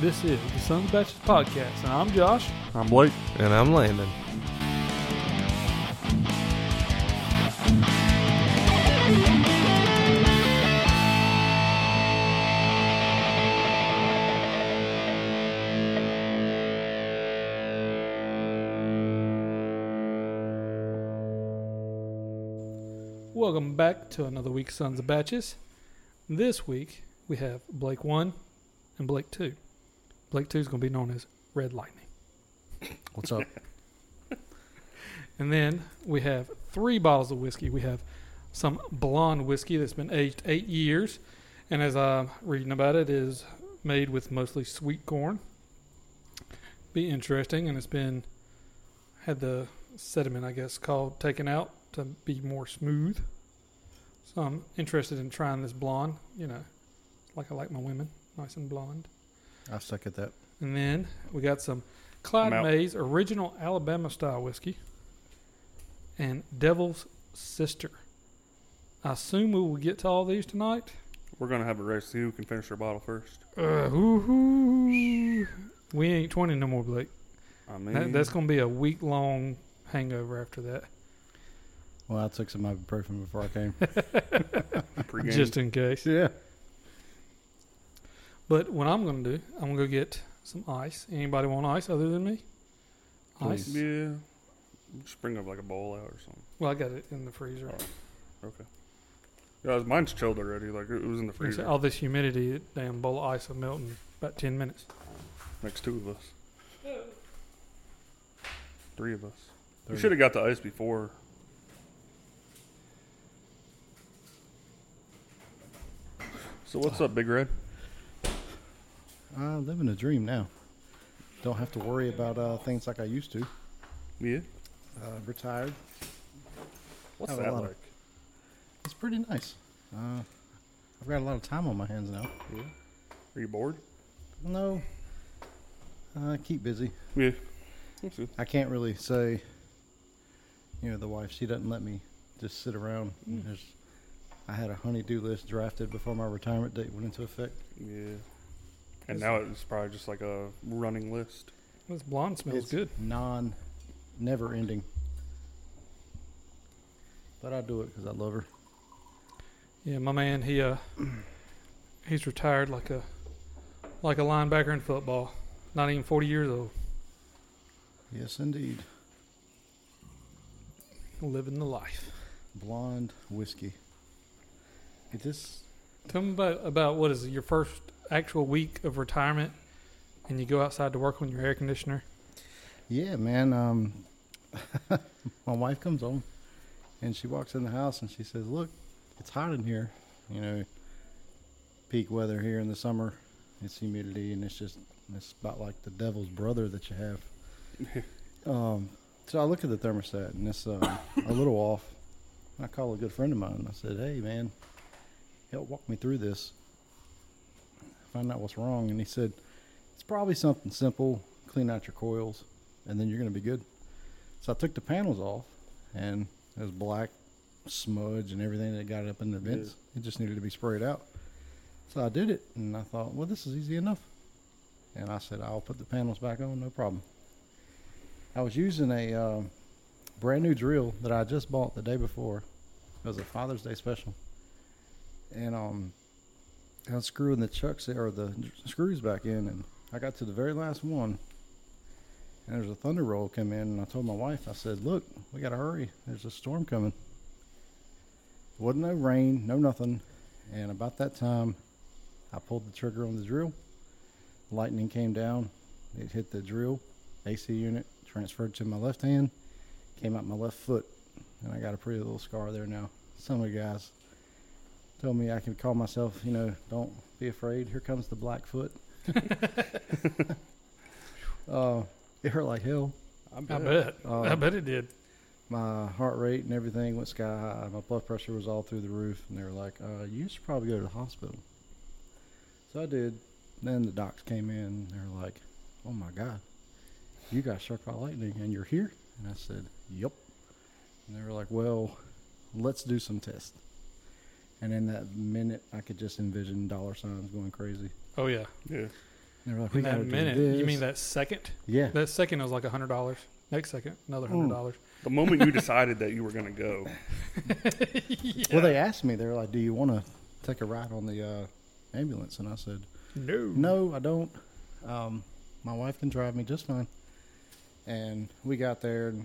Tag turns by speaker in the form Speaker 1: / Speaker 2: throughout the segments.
Speaker 1: This is the Sons Baptist Podcast, and I'm Josh.
Speaker 2: I'm Blake.
Speaker 3: And I'm Landon.
Speaker 1: Welcome back to another week of Sons of Batches. This week we have Blake 1 and Blake 2. Blake 2 is going to be known as Red Lightning.
Speaker 2: What's up?
Speaker 1: And then we have three bottles of whiskey. We have some blonde whiskey that's been aged eight years. And as I'm reading about it, it is made with mostly sweet corn. Be interesting. And it's been, had the sediment, I guess, called taken out to be more smooth. So I'm interested in trying this blonde, you know, like I like my women, nice and blonde.
Speaker 2: I suck at that.
Speaker 1: And then we got some Clyde
Speaker 2: I'm out.
Speaker 1: Mays original Alabama style whiskey and Devil's Sister. I assume we will get to all these tonight.
Speaker 4: We're gonna have a race to see who can finish their bottle first.
Speaker 1: Uh, woo-hoo. we ain't 20 no more, Blake.
Speaker 4: I mean,
Speaker 1: That, that's going to be a week long hangover after that,
Speaker 2: Well, I took some ibuprofen before I came.
Speaker 4: pregame.
Speaker 1: just in case.
Speaker 2: yeah.
Speaker 1: But what I'm going to do, I'm going to go get some ice. Anybody want ice other than me? Ice?
Speaker 2: Please.
Speaker 4: yeah. Just bring up like a bowl out or something.
Speaker 1: Well, I got it in the freezer.
Speaker 4: Guys, mine's chilled already. Like it was in the
Speaker 1: Like I said,
Speaker 4: freezer.
Speaker 1: All this humidity, that damn bowl of ice will melt in about 10 minutes.
Speaker 4: Makes two of us. Three of us. We
Speaker 2: Three.
Speaker 4: should have got the ice before. So what's up, Big Red?
Speaker 2: I live in a dream now. Don't have to worry about uh, things like I used to.
Speaker 4: Yeah.
Speaker 2: Uh, retired.
Speaker 4: What's
Speaker 2: Have a
Speaker 4: that
Speaker 2: lot of-
Speaker 4: like?
Speaker 2: It's pretty nice. Uh, I've got a lot of time on my hands now.
Speaker 4: Yeah. Are you bored?
Speaker 2: No. I keep busy.
Speaker 4: Yeah. That's good.
Speaker 2: I can't really say, you know, the wife, she doesn't let me just sit around. and just- I had a honey-do list drafted before my retirement date went into effect.
Speaker 4: Yeah. And now it's probably just like a running list.
Speaker 1: This blonde smells
Speaker 2: It's
Speaker 1: good.
Speaker 2: Non, never ending. But I do it because I love her.
Speaker 1: Yeah, my man, he uh, he's retired like a like a linebacker in football. Not even forty years old,
Speaker 2: Yes, indeed.
Speaker 1: living the life.
Speaker 2: Blonde whiskey. It just
Speaker 1: Tell me about about what is it, your first actual week of retirement, and you go outside to work on your air conditioner.
Speaker 2: Yeah, man. Um, my wife comes home, and she walks in the house, and she says, "Look, it's hot in here. You know, peak weather here in the summer. It's humidity, and it's just it's about like the devil's brother that you have." um, so I look at the thermostat, and it's uh, a little off. And I call a good friend of mine. and I said, "Hey, man, help walk me through this. Find out what's wrong." And he said, "It's probably something simple. Clean out your coils." and then you're going to be good. So I took the panels off, and it was black smudge and everything that got up in the vents. It just needed to be sprayed out. So I did it, and I thought, well, this is easy enough. And I said, I'll put the panels back on, no problem. I was using a um, brand new drill that I just bought the day before. It was a Father's Day special, and um, I was screwing the chucks or the screws back in, and I got to the very last one, and there's a thunder roll come in, and I told my wife, I said, "Look, we gotta hurry. There's a storm coming." Wasn't no rain, no nothing, and about that time, I pulled the trigger on the drill. Lightning came down, it hit the drill, AC unit transferred to my left hand, came out my left foot, and I got a pretty little scar there now. Some of the guys told me I could call myself, you know, don't be afraid. Here comes the Blackfoot. uh, it hurt like hell.
Speaker 1: I bet, I
Speaker 2: Uh,
Speaker 1: bet it did.
Speaker 2: my heart rate and everything went sky high. My blood pressure was all through the roof, and they were like, uh, "You should probably go to the hospital." So I did. Then the docs came in. They were like, "Oh my god, you got struck by lightning, and you're here?" And I said, "Yep." And they were like, "Well, let's do some tests." And in that minute, I could just envision dollar signs going crazy.
Speaker 1: Oh yeah,
Speaker 4: Yeah.
Speaker 2: They were like, we
Speaker 1: In
Speaker 2: gotta
Speaker 1: that
Speaker 2: do
Speaker 1: minute,
Speaker 2: this.
Speaker 1: you mean that second?
Speaker 2: Yeah.
Speaker 1: That second was like a hundred dollars. Next second, another
Speaker 2: Mm.
Speaker 1: hundred dollars.
Speaker 4: The moment you decided that you were going to go,
Speaker 2: Well, they asked me. They were like, "Do you want to take a ride on the uh, ambulance?" And I said,
Speaker 1: No,
Speaker 2: No, I don't. Um, my wife can drive me just fine. And we got there and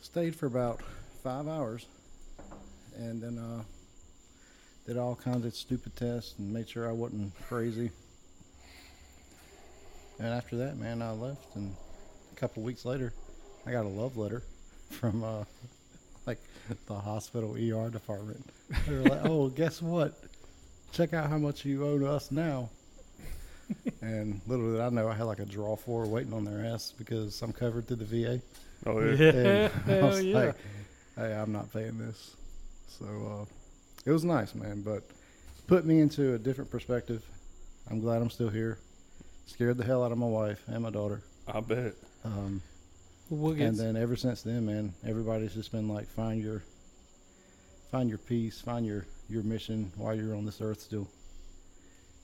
Speaker 2: stayed for about five hours, and then uh, did all kinds of stupid tests and made sure I wasn't crazy. And after that, man, I left, and a couple weeks later, I got a love letter from uh, like the hospital ER department. They were like, "Oh, guess what? check out how much you owe to us now. and little did I know, I had like a draw four waiting on their ass because I'm covered through the VA.
Speaker 4: oh, yeah.
Speaker 1: yeah,
Speaker 2: And I
Speaker 1: hell
Speaker 2: was
Speaker 1: yeah.
Speaker 2: like, hey, I'm not paying this. So uh, it was nice, man, but put me into a different perspective. I'm glad I'm still here. Scared the hell out of my wife and my daughter.
Speaker 4: I bet.
Speaker 2: Um,
Speaker 1: we'll get
Speaker 2: and then ever since then, man, everybody's just been like, find your, find your peace, find your your mission while you're on this earth still.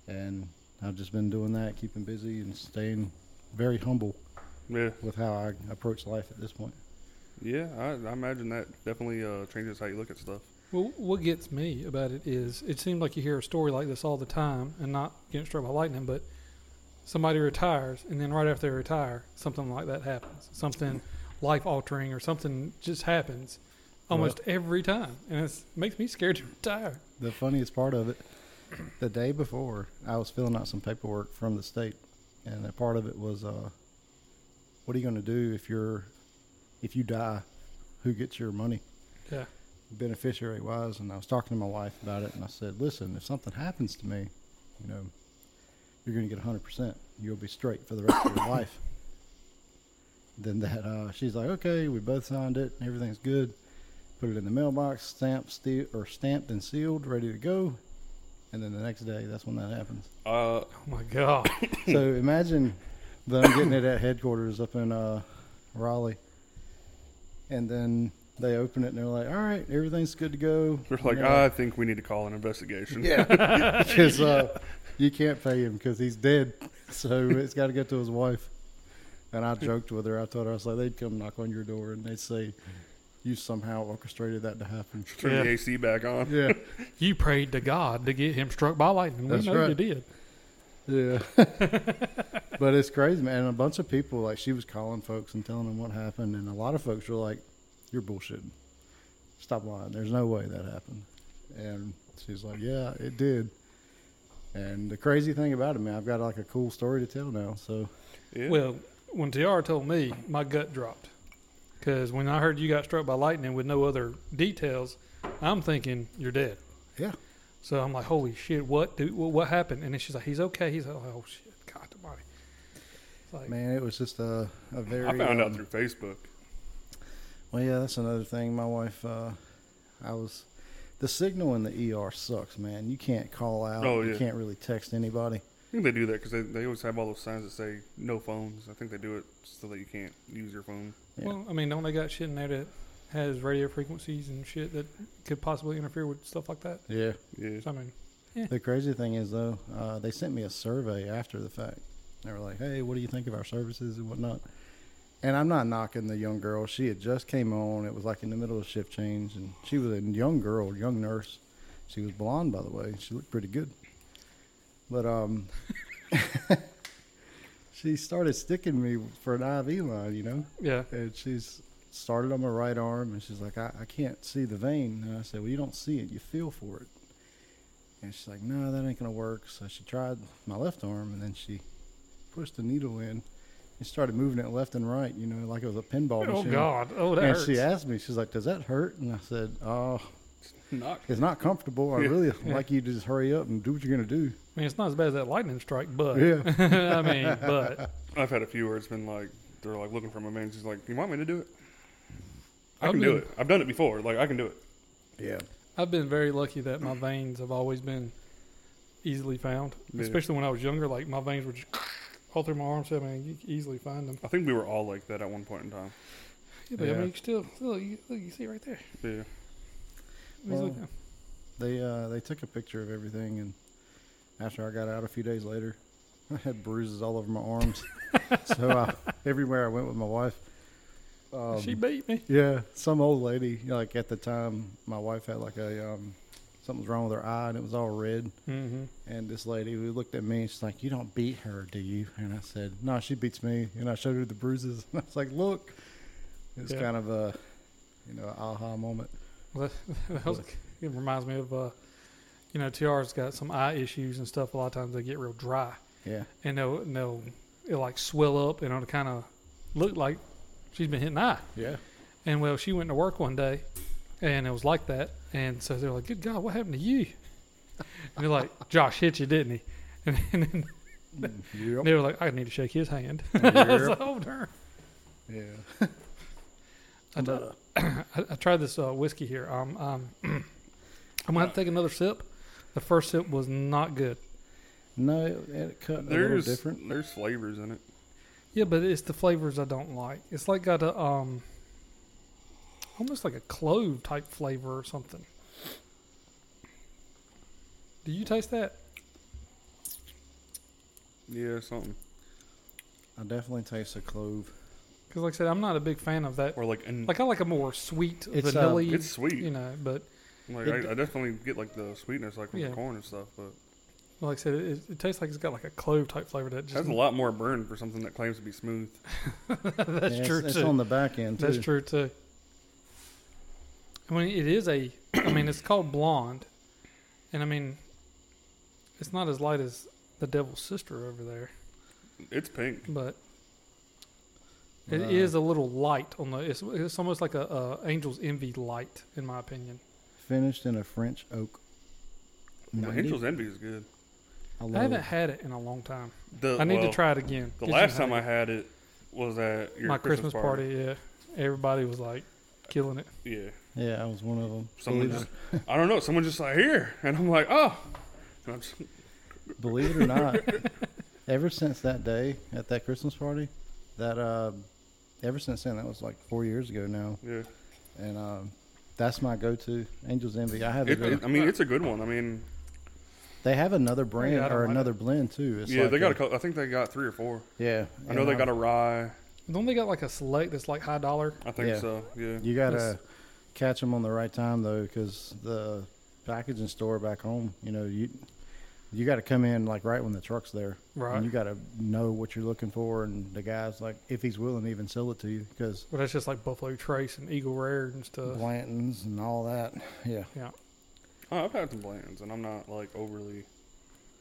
Speaker 2: And I've just been doing that, keeping busy and staying very humble
Speaker 4: Yeah,
Speaker 2: with how I approach life at this point.
Speaker 4: yeah. I, I imagine that definitely uh, changes how you look at stuff.
Speaker 1: Well, what gets me about it is it seems like you hear a story like this all the time, and not getting struck by lightning, but somebody retires, and then right after they retire, something like that happens. Something life altering or something just happens almost every time, and it makes me scared to retire.
Speaker 2: The funniest part of it, the day before, I was filling out some paperwork from the state, and a part of it was, uh, what are you going to do if you're, if you die, who gets your money?
Speaker 1: Yeah.
Speaker 2: beneficiary wise and I was talking to my wife about it and I said, Listen, if something happens to me, you know, you're gonna get hundred percent. You'll be straight for the rest of your life. Then that uh, she's like, Okay, we both signed it, everything's good. Put it in the mailbox, stamped ste- or stamped and sealed, ready to go. And then the next day that's when that happens.
Speaker 4: Uh,
Speaker 1: Oh my god.
Speaker 2: so
Speaker 4: Hmm.
Speaker 2: imagine them getting it at headquarters up in uh, Raleigh, and then they open it and they're like, "All right, everything's good to go."
Speaker 4: they're like, "Ah."
Speaker 2: You
Speaker 4: I
Speaker 2: know,
Speaker 4: think we need to call an investigation.
Speaker 2: yeah, because uh, you can't pay him because he's dead, so it's got to go to his wife. And I joked with her. I told her I was like, they'd come knock on your door and they'd say, "You somehow orchestrated that to happen."
Speaker 4: Turn the
Speaker 1: Yeah.
Speaker 4: AC back on.
Speaker 2: Yeah,
Speaker 1: You prayed to God to get him struck by lightning.
Speaker 2: That's
Speaker 1: we know you
Speaker 2: right.
Speaker 1: did.
Speaker 2: Yeah. but it's crazy, man. And a bunch of people, like, she was calling folks and telling them what happened. And a lot of folks were like, you're bullshitting. Stop lying. There's no way that happened. And she's like, yeah, it did. And the crazy thing about it, man, I've got like a cool story to tell now. So,
Speaker 4: Yeah.
Speaker 1: Well, when TR told me, my gut dropped. Because when I heard you got struck by lightning with no other details, I'm thinking you're dead.
Speaker 2: Yeah.
Speaker 1: So I'm like, holy shit, what do what, what happened? And then she's like, he's okay. He's like, oh shit, God, the body. It's like,
Speaker 2: man, it was just a, a very.
Speaker 4: I
Speaker 2: um,
Speaker 4: found out through Facebook.
Speaker 2: Well, yeah, that's another thing. My wife, uh, I was. The signal in the ER sucks, man. You can't call out.
Speaker 4: Oh, yeah.
Speaker 2: You can't really text anybody.
Speaker 4: I think they do that because they, they always have all those signs that say no phones. I think they do it so that you can't use your phone.
Speaker 2: yeah.
Speaker 1: well, I mean, don't they got shit in there that has radio frequencies and shit that could possibly interfere with stuff like that?
Speaker 2: Yeah.
Speaker 4: Yeah.
Speaker 1: So, I mean,
Speaker 2: The crazy thing is, though, uh, they sent me a survey after the fact. They were like, "Hey, what do you think of our services and whatnot?" And I'm not knocking the young girl. She had just came on. It was like in the middle of shift change, and she was a young girl, young nurse. She was blonde, by the way. She looked pretty good. But um, she started sticking me for an IV line, you know.
Speaker 1: yeah,
Speaker 2: And she's started on my right arm, and she's like, I, I can't see the vein. And I said, Well, you don't see it, you feel for it. And she's like, No, that ain't gonna work. So she tried my left arm, and then she pushed the needle in and started moving it left and right, you know, like it was a pinball
Speaker 1: Oh
Speaker 2: machine.
Speaker 1: God, oh that
Speaker 2: And
Speaker 1: hurts.
Speaker 2: she asked me, she's like, "Does that hurt?" And I said, "Oh,
Speaker 4: Not.
Speaker 2: it's not comfortable. I
Speaker 4: Yeah.
Speaker 2: really like you to just hurry up and do what you're gonna do."
Speaker 1: I mean, it's not as bad as that lightning strike, but
Speaker 2: Yeah.
Speaker 1: I mean, but
Speaker 4: I've had a few where it's been like they're like looking for my man. She's like, "You want me to do it? I
Speaker 1: I've
Speaker 4: can do
Speaker 1: been-
Speaker 4: it. I've done it before. Like I can do it."
Speaker 2: Yeah,
Speaker 1: I've been very lucky that my veins have always been easily found,
Speaker 4: Yeah.
Speaker 1: especially when I was younger. Like my veins were just all through my arms. So I mean, you could easily find them.
Speaker 4: I think we were all like that at one point in time.
Speaker 1: Yeah, but I
Speaker 2: Yeah.
Speaker 1: mean, you still, still you, look, you see it right there.
Speaker 4: Yeah.
Speaker 1: He's
Speaker 2: Well,
Speaker 1: looking.
Speaker 2: they uh, they took a picture of everything, and after I got out a few days later, I had bruises all over my arms. so I, everywhere I went with my wife, um,
Speaker 1: she beat me.
Speaker 2: yeah, some old lady. you know, like at the time, my wife had like a um, something's wrong with her eye, and it was all red.
Speaker 1: Mm-hmm.
Speaker 2: And this lady who looked at me, she's like, "You don't beat her, do you?" And I said, "No, she beats me." And I showed her the bruises. And I was like, "Look," it was
Speaker 1: Yeah.
Speaker 2: kind of a, you know, aha moment.
Speaker 1: Well, that, that was, it reminds me of, uh, you know, TR's got some eye issues and stuff. A lot of times they get real dry
Speaker 2: Yeah,
Speaker 1: and they'll, and they'll it'll like swell up and it'll kind of look like she's been hitting eye.
Speaker 2: yeah.
Speaker 1: And well, she went to work one day, and it was like that. And so they're like, "Good God, what happened to you?" And they're like, "Josh hit you, didn't he?" And, then
Speaker 2: Yep.
Speaker 1: they were like, "I need to shake his hand." I was like,
Speaker 2: yep.
Speaker 1: "Oh, darn."
Speaker 2: Yeah.
Speaker 1: I, d-
Speaker 2: But,
Speaker 1: I- I tried this uh, whiskey here. Um, um, I'm gonna have to take another sip. The first sip was not good.
Speaker 2: No, it, it cut a little
Speaker 4: There's
Speaker 2: different.
Speaker 4: there's flavors in it.
Speaker 1: Yeah, but it's the flavors I don't like. It's like got a um, almost like a clove type flavor or something. Do you taste that?
Speaker 4: Yeah, something
Speaker 2: I definitely taste a clove.
Speaker 1: Because, like I said, I'm not a big fan of that.
Speaker 4: or like an,
Speaker 1: Like I like a more sweet
Speaker 2: It's, uh,
Speaker 1: vanilla.
Speaker 4: it's sweet.
Speaker 1: you know, but
Speaker 4: like
Speaker 2: it-
Speaker 4: I, I definitely get like the sweetness like from
Speaker 1: Yeah.
Speaker 4: the corn and stuff, but
Speaker 1: like I said, it, it tastes like it's got like a clove type flavor that just
Speaker 4: that's a lot more burn for something that claims to be smooth.
Speaker 1: that's
Speaker 2: Yeah,
Speaker 1: true
Speaker 2: it's,
Speaker 1: too.
Speaker 2: It's on the back end too.
Speaker 1: that's true too. I mean, it is a. I mean, it's called blonde, and I mean, it's not as light as the Devil's Sister over there,
Speaker 4: It's pink.
Speaker 1: but it is
Speaker 2: Uh,
Speaker 1: a little light on the. It's, it's almost like a, a Angel's Envy light, in my opinion.
Speaker 2: Finished in a French oak.
Speaker 4: The
Speaker 2: 90.
Speaker 4: Angel's Envy is good.
Speaker 2: I
Speaker 1: I
Speaker 2: love
Speaker 1: haven't
Speaker 2: it.
Speaker 1: had it in a long time.
Speaker 4: The,
Speaker 1: I need
Speaker 4: well,
Speaker 1: to try it again.
Speaker 4: The
Speaker 1: Get you
Speaker 4: last time
Speaker 1: how-
Speaker 4: I had it was at your
Speaker 1: my Christmas, party. yeah, everybody was like killing it.
Speaker 4: Yeah,
Speaker 2: Yeah, I was one of them.
Speaker 4: someone
Speaker 2: Believe
Speaker 4: just,
Speaker 2: it,
Speaker 4: I don't know. Someone just like here, and I'm like, oh, and I'm just,
Speaker 2: believe it or not, ever since that day at that Christmas party, that uh, ever since then, that was like four years ago now,
Speaker 4: yeah.
Speaker 2: and um, that's my go-to Angel's Envy. I have
Speaker 4: It,
Speaker 2: a,
Speaker 4: it- I mean, it's a good one. I mean,
Speaker 2: they have another brand
Speaker 1: I don't
Speaker 2: or
Speaker 1: like it.
Speaker 2: another blend too. It's
Speaker 4: yeah,
Speaker 2: like
Speaker 4: they got a
Speaker 2: a-
Speaker 4: cou- I think they got three or four.
Speaker 2: yeah.
Speaker 4: I know
Speaker 2: and,
Speaker 4: they
Speaker 2: um,
Speaker 4: got a rye.
Speaker 1: Don't they got like a select that's like high dollar?
Speaker 4: I think
Speaker 2: Yeah.
Speaker 4: so. Yeah.
Speaker 2: You gotta
Speaker 1: Yes.
Speaker 2: catch them on the right time though, because the packaging store back home, you know, you you got to come in like right when the truck's there,
Speaker 1: Right.
Speaker 2: And you got to know what you're looking for, and the guy's like, if he's willing to even sell it to you, because
Speaker 1: Well, that's just like Buffalo Trace and Eagle Rare and stuff.
Speaker 2: Blanton's and all that, yeah.
Speaker 1: Yeah,
Speaker 4: Oh, I've had some Blantons, and I'm not like overly.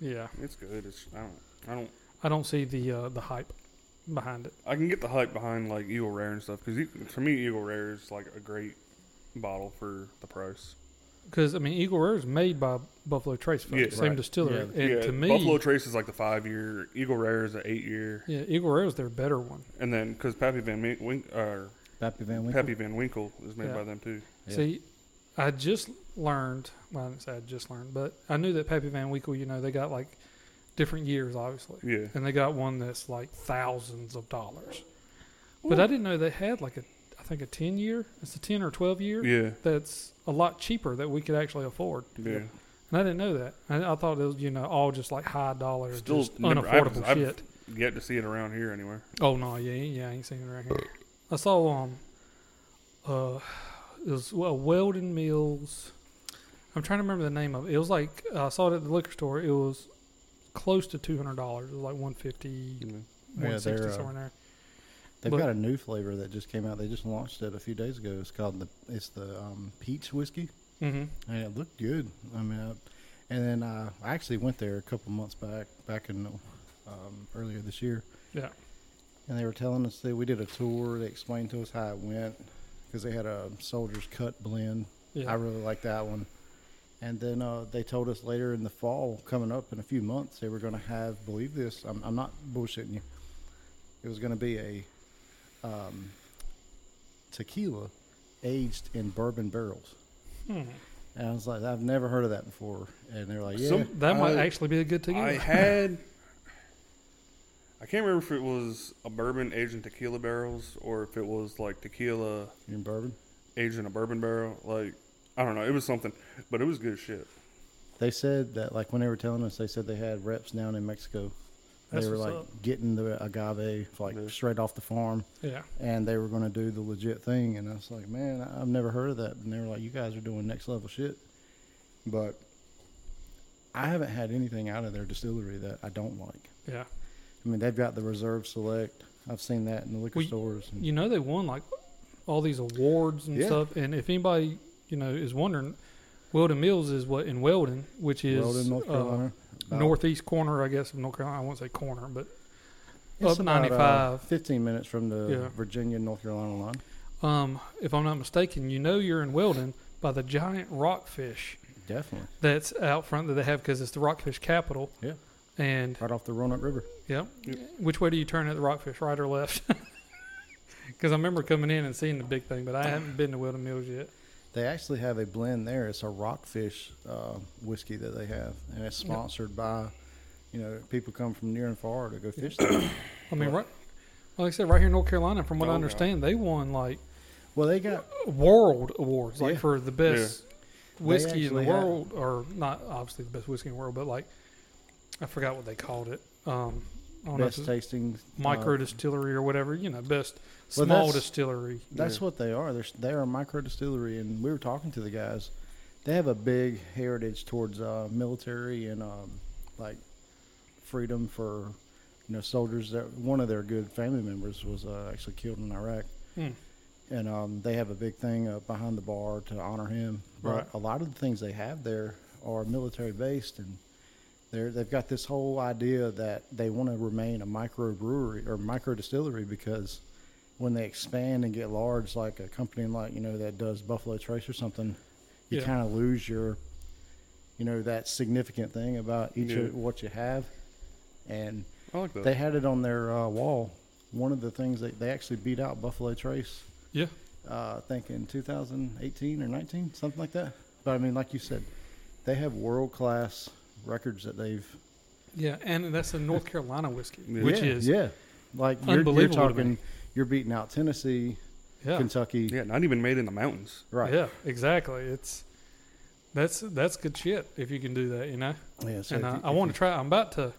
Speaker 1: yeah.
Speaker 4: It's good. It's I don't. I don't.
Speaker 1: I don't see the uh, the hype behind it.
Speaker 4: I can get the hype behind like Eagle Rare and stuff because to me, Eagle Rare is like a great bottle for the price.
Speaker 1: Because I mean, Eagle Rare is made by Buffalo Trace, folks,
Speaker 4: Yeah,
Speaker 1: the same
Speaker 2: right.
Speaker 1: distillery.
Speaker 2: Yeah.
Speaker 1: And
Speaker 4: yeah,
Speaker 1: to me,
Speaker 4: Buffalo Trace is like the five year. Eagle Rare is an eight year,
Speaker 1: yeah, Eagle Rare is their better one.
Speaker 4: and then because Pappy Van Wink, Wink, or
Speaker 2: Pappy Van Winkle.
Speaker 4: Pappy Van Winkle is made
Speaker 1: Yeah.
Speaker 4: by them too.
Speaker 2: Yeah.
Speaker 1: See, I just learned. Well, I didn't say I just learned, but I knew that Pappy Van Winkle. You know, they got like different years, obviously.
Speaker 4: Yeah,
Speaker 1: and they got one that's like thousands of dollars. But I didn't know they had like a, I think a ten year. It's a ten or twelve year.
Speaker 4: yeah,
Speaker 1: That's a lot cheaper that we could actually afford.
Speaker 4: yeah.
Speaker 1: And I didn't know that. I, I thought it was you know all just like high dollar,
Speaker 4: Still
Speaker 1: just
Speaker 4: never-
Speaker 1: unaffordable
Speaker 4: I've- I've-
Speaker 1: shit.
Speaker 4: Yet to see it around here anywhere.
Speaker 1: oh no, yeah, yeah, I ain't seen it right here. I saw um, uh, it was well, Weldon Mills. I'm trying to remember the name of it. It was like I saw it at the liquor store. It was close to two hundred dollars. It was like one fifty.
Speaker 4: You know.
Speaker 2: Yeah, they're,
Speaker 1: 160
Speaker 2: uh,
Speaker 1: somewhere in there.
Speaker 2: They've
Speaker 1: But-
Speaker 2: got a new flavor that just came out. They just launched it a few days ago. It's called the it's the um, peach whiskey,
Speaker 1: Mm-hmm.
Speaker 2: and it looked good. I mean, I, and then uh, I actually went there a couple months back, back in um, earlier this year,
Speaker 1: Yeah.
Speaker 2: and they were telling us that we did a tour. They explained to us how it went because they had a soldier's cut blend.
Speaker 1: Yeah.
Speaker 2: I really like that one. And then uh, they told us later in the fall, coming up in a few months, they were going to have. Believe this, I'm, I'm not bullshitting you. It was going to be a um, tequila aged in bourbon barrels,
Speaker 1: Hmm.
Speaker 2: and I was like, I've never heard of that before. And they're like, Yeah,
Speaker 4: Some-
Speaker 1: That might
Speaker 4: I-
Speaker 1: actually be a good tequila.
Speaker 4: I had. I can't remember if it was a bourbon aged in tequila barrels or if it was like tequila
Speaker 2: in bourbon.
Speaker 4: aged in a bourbon barrel. Like, I don't know. It was something, but it was good shit.
Speaker 2: They said that like when they were telling us, they said they had reps down in Mexico
Speaker 1: That's
Speaker 2: they were
Speaker 1: what's
Speaker 2: like getting the agave like
Speaker 4: Yeah.
Speaker 2: straight off the farm,
Speaker 1: Yeah.
Speaker 2: and they were going to do the legit thing. And I was like, man, I- I've never heard of that. And they were like, you guys are doing next level shit. But I haven't had anything out of their distillery that I don't like.
Speaker 1: Yeah.
Speaker 2: I mean, they've got the Reserve Select. I've seen that in the liquor
Speaker 1: Well, y-
Speaker 2: stores. And,
Speaker 1: You know they won like all these awards and
Speaker 2: Yeah.
Speaker 1: stuff. And if anybody you know is wondering, Weldon Mills is what in Weldon, which is
Speaker 2: Weldon, North
Speaker 1: uh,
Speaker 2: Carolina. About-
Speaker 1: northeast corner, I guess, of North Carolina. I won't say corner, but
Speaker 2: it's
Speaker 1: up
Speaker 2: about, uh,
Speaker 1: 95.
Speaker 2: 15 minutes from the
Speaker 1: Yeah.
Speaker 2: Virginia North Carolina line.
Speaker 1: um, if I'm not mistaken, you know you're in Weldon by the giant rockfish
Speaker 2: Definitely.
Speaker 1: that's out front that they have because it's the rockfish capital.
Speaker 2: Yeah.
Speaker 1: And
Speaker 2: Right off the Roanoke River.
Speaker 1: yeah,
Speaker 4: Yep.
Speaker 1: which way do you turn at the rockfish, right or left? Because I remember coming in and seeing the big thing, but I haven't been to Weldon Mills yet.
Speaker 2: They actually have a blend there. It's a rockfish uh, whiskey that they have, and it's
Speaker 1: Yeah.
Speaker 2: sponsored by, you know, people come from near and far to go fish there.
Speaker 1: I mean, right, like I said, right here in North Carolina, from what
Speaker 4: Oh,
Speaker 1: I
Speaker 4: yeah.
Speaker 1: understand, they won like
Speaker 2: well, they got
Speaker 1: world awards, like
Speaker 2: Yeah.
Speaker 1: for the best
Speaker 2: They
Speaker 1: whiskey in the
Speaker 2: actually had-
Speaker 1: world, or not obviously the best whiskey in the world, but like I forgot what they called it. Um, I don't know, if
Speaker 2: best
Speaker 1: it's
Speaker 2: tasting uh,
Speaker 1: micro distillery or whatever, you know, best small
Speaker 2: Well, that's-
Speaker 1: distillery.
Speaker 2: That's
Speaker 4: Yeah.
Speaker 2: what they are. They're, s- they are a micro distillery, and we were talking to the guys. They have a big heritage towards uh, military and um, like freedom for you know soldiers. That one of their good family members was uh, actually killed in Iraq,
Speaker 1: Hmm.
Speaker 2: and um, they have a big thing uh, behind the bar to honor him. But
Speaker 1: Right.
Speaker 2: a lot of the things they have there are military based, and they're, they've got this whole idea that they want to remain a micro brewery or micro distillery because when they expand and get large, like a company like you know that does Buffalo Trace or something, you
Speaker 1: Yeah.
Speaker 2: kind of lose your, you know, that significant thing about each
Speaker 4: Yeah.
Speaker 2: of what you have, and
Speaker 4: I like that.
Speaker 2: they had it on their uh, wall. One of the things that they actually beat out Buffalo Trace,
Speaker 1: Yeah,
Speaker 2: uh, I think in 2018 or 19, something like that. But I mean, like you said, they have world class records that they've
Speaker 1: yeah, and that's a North Carolina whiskey,
Speaker 4: Yeah.
Speaker 1: which
Speaker 2: yeah,
Speaker 1: is yeah,
Speaker 2: yeah, like you're- you're,
Speaker 1: Unbelievable to me.
Speaker 2: talking, you're beating out Tennessee,
Speaker 1: yeah,
Speaker 2: Kentucky,
Speaker 4: yeah, not even made in the mountains.
Speaker 2: right?
Speaker 1: exactly. It's that's that's good shit if you can do that, you know.
Speaker 2: Yeah,
Speaker 1: and I,
Speaker 2: so if you-
Speaker 1: Uh-huh. I
Speaker 2: if
Speaker 1: want
Speaker 2: you-
Speaker 1: to try. I'm about to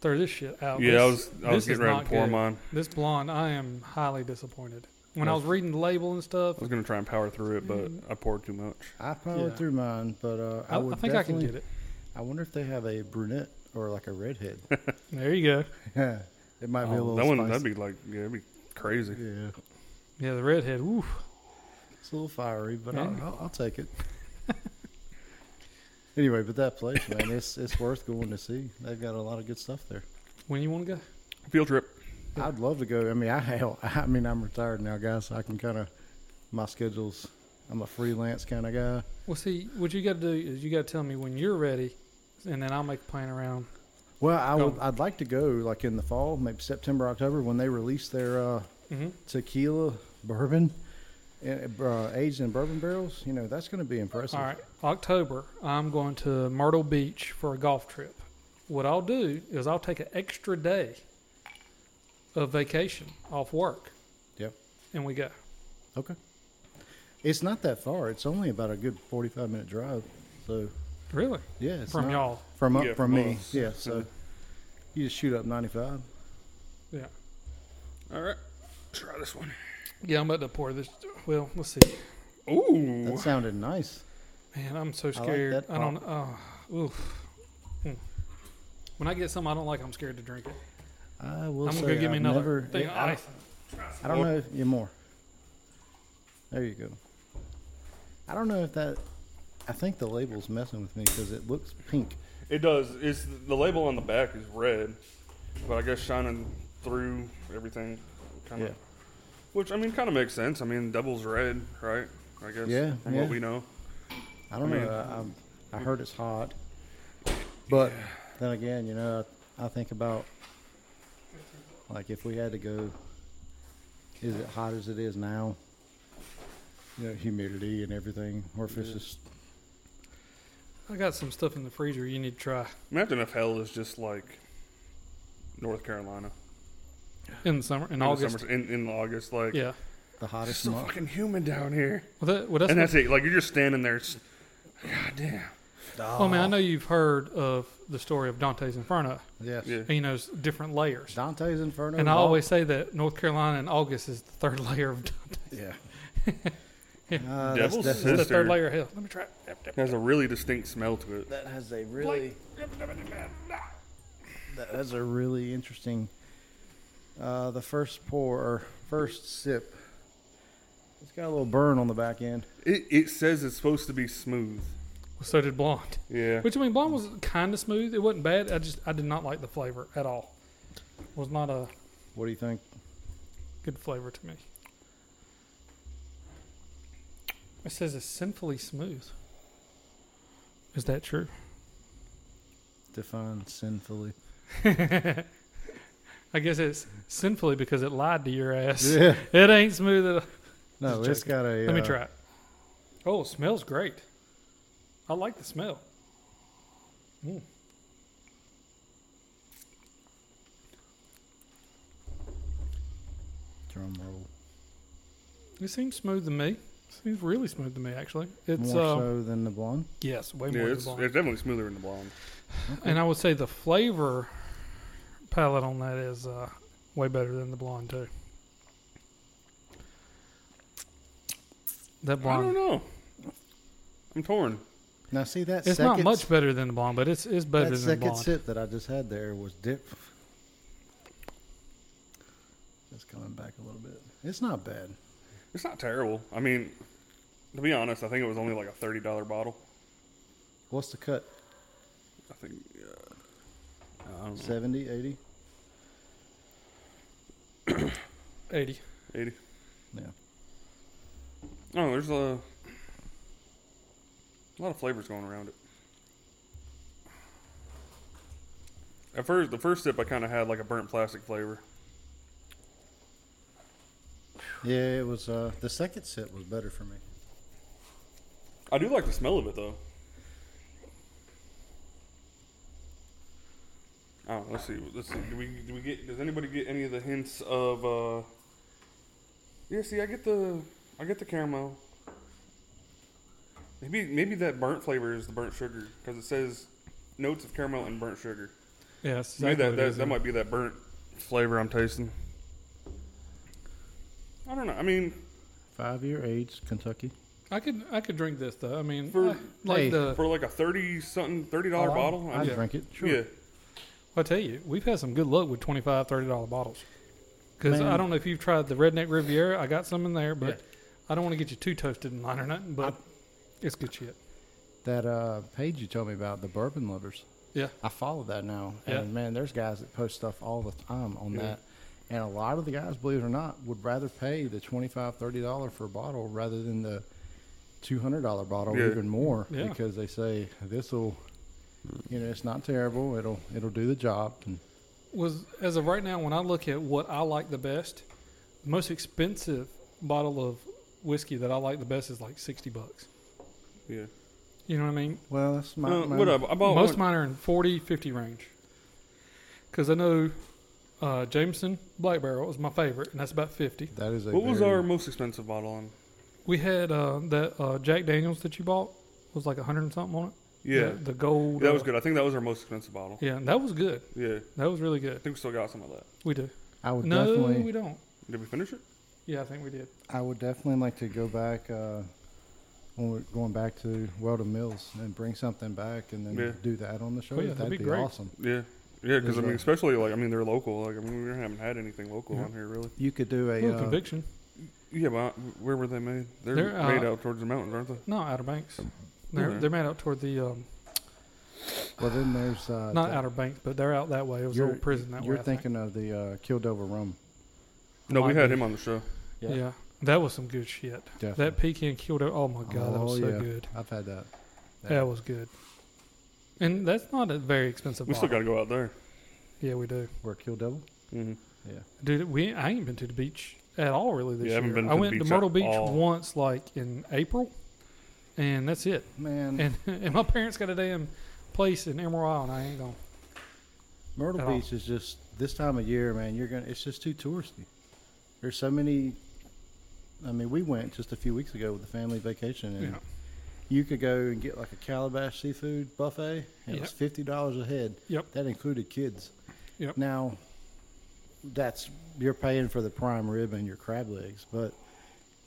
Speaker 1: throw this shit out.
Speaker 4: yeah,
Speaker 1: Oh, this,
Speaker 4: I was I
Speaker 1: this
Speaker 4: was
Speaker 1: is
Speaker 4: getting ready
Speaker 1: not
Speaker 4: to pour
Speaker 1: good.
Speaker 4: mine.
Speaker 1: This blonde, I am highly disappointed. When I was reading the label and stuff,
Speaker 4: I was gonna try and power through it, but
Speaker 1: Mm-hmm.
Speaker 4: I poured too much.
Speaker 2: I powered
Speaker 1: Yeah.
Speaker 2: through mine, but uh, I,
Speaker 1: I, I
Speaker 2: would
Speaker 1: think I can get it.
Speaker 2: I wonder if they have a brunette or like a redhead.
Speaker 1: There you go.
Speaker 2: it might be a
Speaker 4: Oh,
Speaker 2: little.
Speaker 4: that one
Speaker 2: spicy.
Speaker 4: that'd be like yeah, that'd be crazy.
Speaker 2: Yeah,
Speaker 1: Yeah, the redhead. Oof.
Speaker 2: it's a little fiery, but I'll,
Speaker 1: Yeah.
Speaker 2: I'll, I'll take it. anyway, but that place, man, it's it's worth going to see. They've got a lot of good stuff there.
Speaker 1: When you want to go?
Speaker 4: Field trip.
Speaker 1: Yeah.
Speaker 2: I'd love to go. I mean, I hell, I mean, I'm retired now, guys. So I can kind of my schedules. I'm a freelance kind of guy.
Speaker 1: Well, see, what you got to do is you got to tell me when you're ready, and then I'll make a plan around.
Speaker 2: Well, I
Speaker 1: Go.
Speaker 2: would. I'd like to go like in the fall, maybe September, October, when they release their uh,
Speaker 1: hmm
Speaker 2: tequila, bourbon, and, uh, aged in bourbon barrels. You know, that's going to be impressive.
Speaker 1: All right, October. I'm going to Myrtle Beach for a golf trip. What I'll do is I'll take an extra day of vacation off work.
Speaker 2: Yep.
Speaker 1: And we go.
Speaker 2: Okay. It's not that far. It's only about a good forty-five minute drive. So
Speaker 1: Really?
Speaker 2: yeah, it's
Speaker 1: From
Speaker 2: not-
Speaker 1: y'all.
Speaker 2: from up
Speaker 4: Yeah,
Speaker 2: from
Speaker 4: from
Speaker 2: me.
Speaker 4: us.
Speaker 2: Yeah. So you just shoot up ninety-five.
Speaker 1: Yeah.
Speaker 4: All right, try this one.
Speaker 1: Yeah, I'm about to pour this. Well, let's see.
Speaker 4: Ooh,
Speaker 2: That sounded nice.
Speaker 1: Man, I'm so
Speaker 2: like
Speaker 1: scared. I,
Speaker 2: that
Speaker 1: don't. Oh, oof. Mm. When I get something I don't like, I'm scared to drink it.
Speaker 2: I will
Speaker 1: I'm
Speaker 2: say
Speaker 1: gonna go get me
Speaker 2: I've
Speaker 1: another
Speaker 2: never,
Speaker 1: thing.
Speaker 2: I,
Speaker 1: of
Speaker 2: don't-
Speaker 1: ice.
Speaker 2: I don't know if you more. There you go. I don't know if that. I think the label's messing with me because it looks pink.
Speaker 4: it does. It's the label on the back is red, but I guess shining through everything, kind of.
Speaker 2: Yeah.
Speaker 4: Which I mean, kind of makes sense. I mean, devil's red, right? I guess.
Speaker 2: Yeah,
Speaker 4: From
Speaker 2: yeah.
Speaker 4: what we know.
Speaker 2: I don't
Speaker 4: I mean-
Speaker 2: know. I, I, I heard it's hot, but then again, you know, I, I think about like if we had to go, is it hot as it is now? You know, humidity and everything, or if it's
Speaker 4: Yeah.
Speaker 2: just
Speaker 1: I got some stuff in the freezer you need to try.
Speaker 4: Imagine if hell is just like North Carolina
Speaker 1: In the summer, in,
Speaker 4: the
Speaker 1: August.
Speaker 4: summers- in, in August, like
Speaker 1: yeah.
Speaker 2: the
Speaker 4: It's
Speaker 2: hottest
Speaker 4: so
Speaker 2: month.
Speaker 4: fucking humid down here,
Speaker 1: Well, that, well that's,
Speaker 4: and
Speaker 1: what-
Speaker 4: that's it. Like you're just standing there. It's, God damn.
Speaker 1: Well, I mean, oh, I know you've heard of the story of Dante's Inferno,
Speaker 2: Yes.
Speaker 4: Yeah.
Speaker 1: and you know, it's different layers.
Speaker 2: Dante's Inferno.
Speaker 1: And I
Speaker 2: Vol-
Speaker 1: always say that North Carolina in August is the third layer of
Speaker 2: Yeah.
Speaker 1: Yeah.
Speaker 2: Uh, that's
Speaker 4: Devil's
Speaker 2: definitely-
Speaker 1: It's the
Speaker 4: Sister.
Speaker 1: third layer of hell. Let me try. it. Yep, yep,
Speaker 4: It has a really distinct smell to it.
Speaker 2: that has a really
Speaker 1: yep, yep, yep, yep, yep.
Speaker 2: that has a really interesting. Uh, the first pour or first sip. It's got a little burn on the back end.
Speaker 4: It, it says it's supposed to be smooth.
Speaker 1: Well, So did blonde,
Speaker 4: Yeah.
Speaker 1: which I mean, blonde was kind of smooth. It wasn't bad. I just I did not like the flavor at all. Was not a
Speaker 2: What do you think?
Speaker 1: good flavor to me. It says it's sinfully smooth. Is that true?
Speaker 2: Define sinfully.
Speaker 1: I guess it's sinfully because it lied to your ass.
Speaker 2: Yeah.
Speaker 1: It ain't smooth at all.
Speaker 2: No,
Speaker 1: Just
Speaker 2: it's got a.
Speaker 1: Let me
Speaker 2: uh,
Speaker 1: try it. Oh, it smells great. I like the smell. Mm.
Speaker 2: Drum roll.
Speaker 1: It seems smooth to me. Seems really smooth to me, actually. It's
Speaker 2: more
Speaker 1: uh,
Speaker 2: so than the blonde.
Speaker 1: yes, way
Speaker 4: yeah,
Speaker 1: more.
Speaker 4: it's,
Speaker 1: than
Speaker 4: it's definitely smoother in the blonde.
Speaker 1: blonde. And I would say the flavor palette on that is uh, way better than the blonde too. That
Speaker 4: I don't
Speaker 1: blonde.
Speaker 4: know. I'm torn.
Speaker 2: Now see that
Speaker 1: It's
Speaker 2: second
Speaker 1: not much better than the blonde, but it's it's better
Speaker 2: that
Speaker 1: than the
Speaker 2: second
Speaker 1: blonde.
Speaker 2: sip that I just had there was dip. That's coming back a little bit. It's not bad.
Speaker 4: It's not terrible. I mean, to be honest, I think it was only like a thirty dollar bottle.
Speaker 2: What's the cut?
Speaker 4: I think. Uh, I don't know.
Speaker 2: 70, 80?
Speaker 1: Eighty.
Speaker 4: Eighty.
Speaker 2: Yeah.
Speaker 4: Oh, there's a, a lot of flavors going around it. At first, the first sip I kind of had like a burnt plastic flavor.
Speaker 2: Yeah, it was uh the second sip was better for me.
Speaker 4: I do like the smell of it though. Oh, let's see. Let's see. Do we do we get? Does anybody get any of the hints of? uh Yeah, see, I get the I get the caramel. Maybe maybe that burnt flavor is the burnt sugar because it says notes of caramel and burnt sugar.
Speaker 1: Yeah, that's
Speaker 4: Maybe
Speaker 1: exactly
Speaker 4: that
Speaker 1: what it
Speaker 4: that,
Speaker 1: is.
Speaker 4: that might be that burnt flavor I'm tasting. I don't know. I mean,
Speaker 2: Five year age, Kentucky.
Speaker 1: I could I could drink this though. I mean,
Speaker 4: For-
Speaker 1: I- like
Speaker 2: Hey.
Speaker 1: the
Speaker 4: for like a thirty something thirty dollar
Speaker 2: Oh,
Speaker 4: bottle,
Speaker 2: I'd, I'd
Speaker 4: yeah.
Speaker 2: drink it. Sure.
Speaker 4: Yeah.
Speaker 1: I tell you, we've had some good luck with 25 30 dollar bottles. Because
Speaker 2: Man.
Speaker 1: I don't know if you've tried the Redneck Riviera. I got some in there, but I don't want to get you too toasted in line or nothing. But it's good shit.
Speaker 2: That uh page you told me about, the bourbon lovers.
Speaker 1: Yeah.
Speaker 2: I follow that now.
Speaker 1: Yeah.
Speaker 2: And man, there's guys that post stuff all the time on
Speaker 4: Yeah.
Speaker 2: that. And a lot of the guys, believe it or not, would rather pay the $25, $30 for a bottle rather than the $200 bottle, or
Speaker 4: Yeah.
Speaker 2: even more,
Speaker 1: Yeah.
Speaker 2: because they say this will, you know, it's not terrible. It'll it'll do the job. And
Speaker 1: Was as of right now, when I look at what I like the best, the most expensive bottle of whiskey that I like the best is like 60 bucks.
Speaker 4: Yeah.
Speaker 1: You know what I mean?
Speaker 2: well, that's my,
Speaker 4: Uh,
Speaker 2: my-
Speaker 4: what up? I bought
Speaker 1: Most
Speaker 4: one-
Speaker 1: of mine are in 40, 50 range. Because I know uh, Jameson Black Barrel is my favorite, and that's about 50.
Speaker 2: That is a
Speaker 4: What was
Speaker 2: very-
Speaker 4: our most expensive bottle on?
Speaker 1: We had uh, that uh, Jack Daniels that you bought was like a hundred and something on it.
Speaker 4: Yeah,
Speaker 1: the, the gold.
Speaker 4: that was
Speaker 1: uh,
Speaker 4: good. I think that was our most expensive bottle.
Speaker 1: Yeah, that was good.
Speaker 4: Yeah,
Speaker 1: That was really
Speaker 4: I
Speaker 1: good.
Speaker 4: think we still got some of that.
Speaker 1: We do.
Speaker 2: I would
Speaker 1: no,
Speaker 2: definitely.
Speaker 1: we don't.
Speaker 4: Did we finish it?
Speaker 1: Yeah, I think we did.
Speaker 2: I would definitely like to go back uh, when we're going back to Weldon Mills and bring something back and then
Speaker 4: Yeah.
Speaker 2: do that on the show.
Speaker 1: Oh, yeah, that'd
Speaker 2: that'd,
Speaker 1: be
Speaker 2: be,
Speaker 1: great.
Speaker 2: awesome.
Speaker 4: Yeah, yeah. Because I
Speaker 2: Yeah.
Speaker 4: mean, especially like I mean, they're local. Like I mean, we haven't had anything local
Speaker 1: Yeah.
Speaker 4: on here really.
Speaker 2: You could do a
Speaker 1: Little
Speaker 2: uh,
Speaker 1: conviction.
Speaker 4: Yeah, but uh, where were they made? They're,
Speaker 1: They're, uh,
Speaker 4: made out towards the mountains, aren't they?
Speaker 1: No, Outer Banks. They're
Speaker 4: Yeah.
Speaker 1: they're made out toward the um,
Speaker 2: Well, then there's uh,
Speaker 1: not
Speaker 2: the-
Speaker 1: Outer Banks, but they're out that way. It was an
Speaker 2: You're-
Speaker 1: old prison that
Speaker 2: You're
Speaker 1: way. I think.
Speaker 2: thinking of the uh, Kildover Rum.
Speaker 4: No, we
Speaker 1: might
Speaker 4: had
Speaker 1: be.
Speaker 4: him on the show.
Speaker 1: Yeah. that was some good shit.
Speaker 2: Definitely.
Speaker 1: That pecan killed. Oh my god, that was
Speaker 2: Oh,
Speaker 1: so
Speaker 2: yeah.
Speaker 1: good.
Speaker 2: I've had that. Yeah.
Speaker 1: That was good. And that's not a very expensive.
Speaker 4: We still got
Speaker 1: bottle.
Speaker 4: to go out there.
Speaker 1: Yeah, we do.
Speaker 2: Where Kill Devil?
Speaker 4: hmm
Speaker 2: Yeah.
Speaker 1: Dude, we I ain't been to the beach at all really this
Speaker 4: Yeah, I haven't
Speaker 1: year.
Speaker 4: been to
Speaker 1: I
Speaker 4: the
Speaker 1: went to
Speaker 4: beach at
Speaker 1: Myrtle Beach
Speaker 4: all.
Speaker 1: once, like in April, and that's it.
Speaker 2: Man,
Speaker 1: And and my parents got a damn place in Emerald Isle, and I ain't going.
Speaker 2: Myrtle
Speaker 1: at all.
Speaker 2: Beach is just this time of year, man. You're gonna. It's just too touristy. There's so many. I mean, we went just a few weeks ago with the family vacation,
Speaker 1: to
Speaker 2: and
Speaker 1: You know,
Speaker 2: you could go and get like a calabash seafood buffet. And It was fifty dollars a head.
Speaker 1: Yep.
Speaker 2: That included kids.
Speaker 1: Yep.
Speaker 2: Now, that's you're paying for the prime rib and your crab legs, but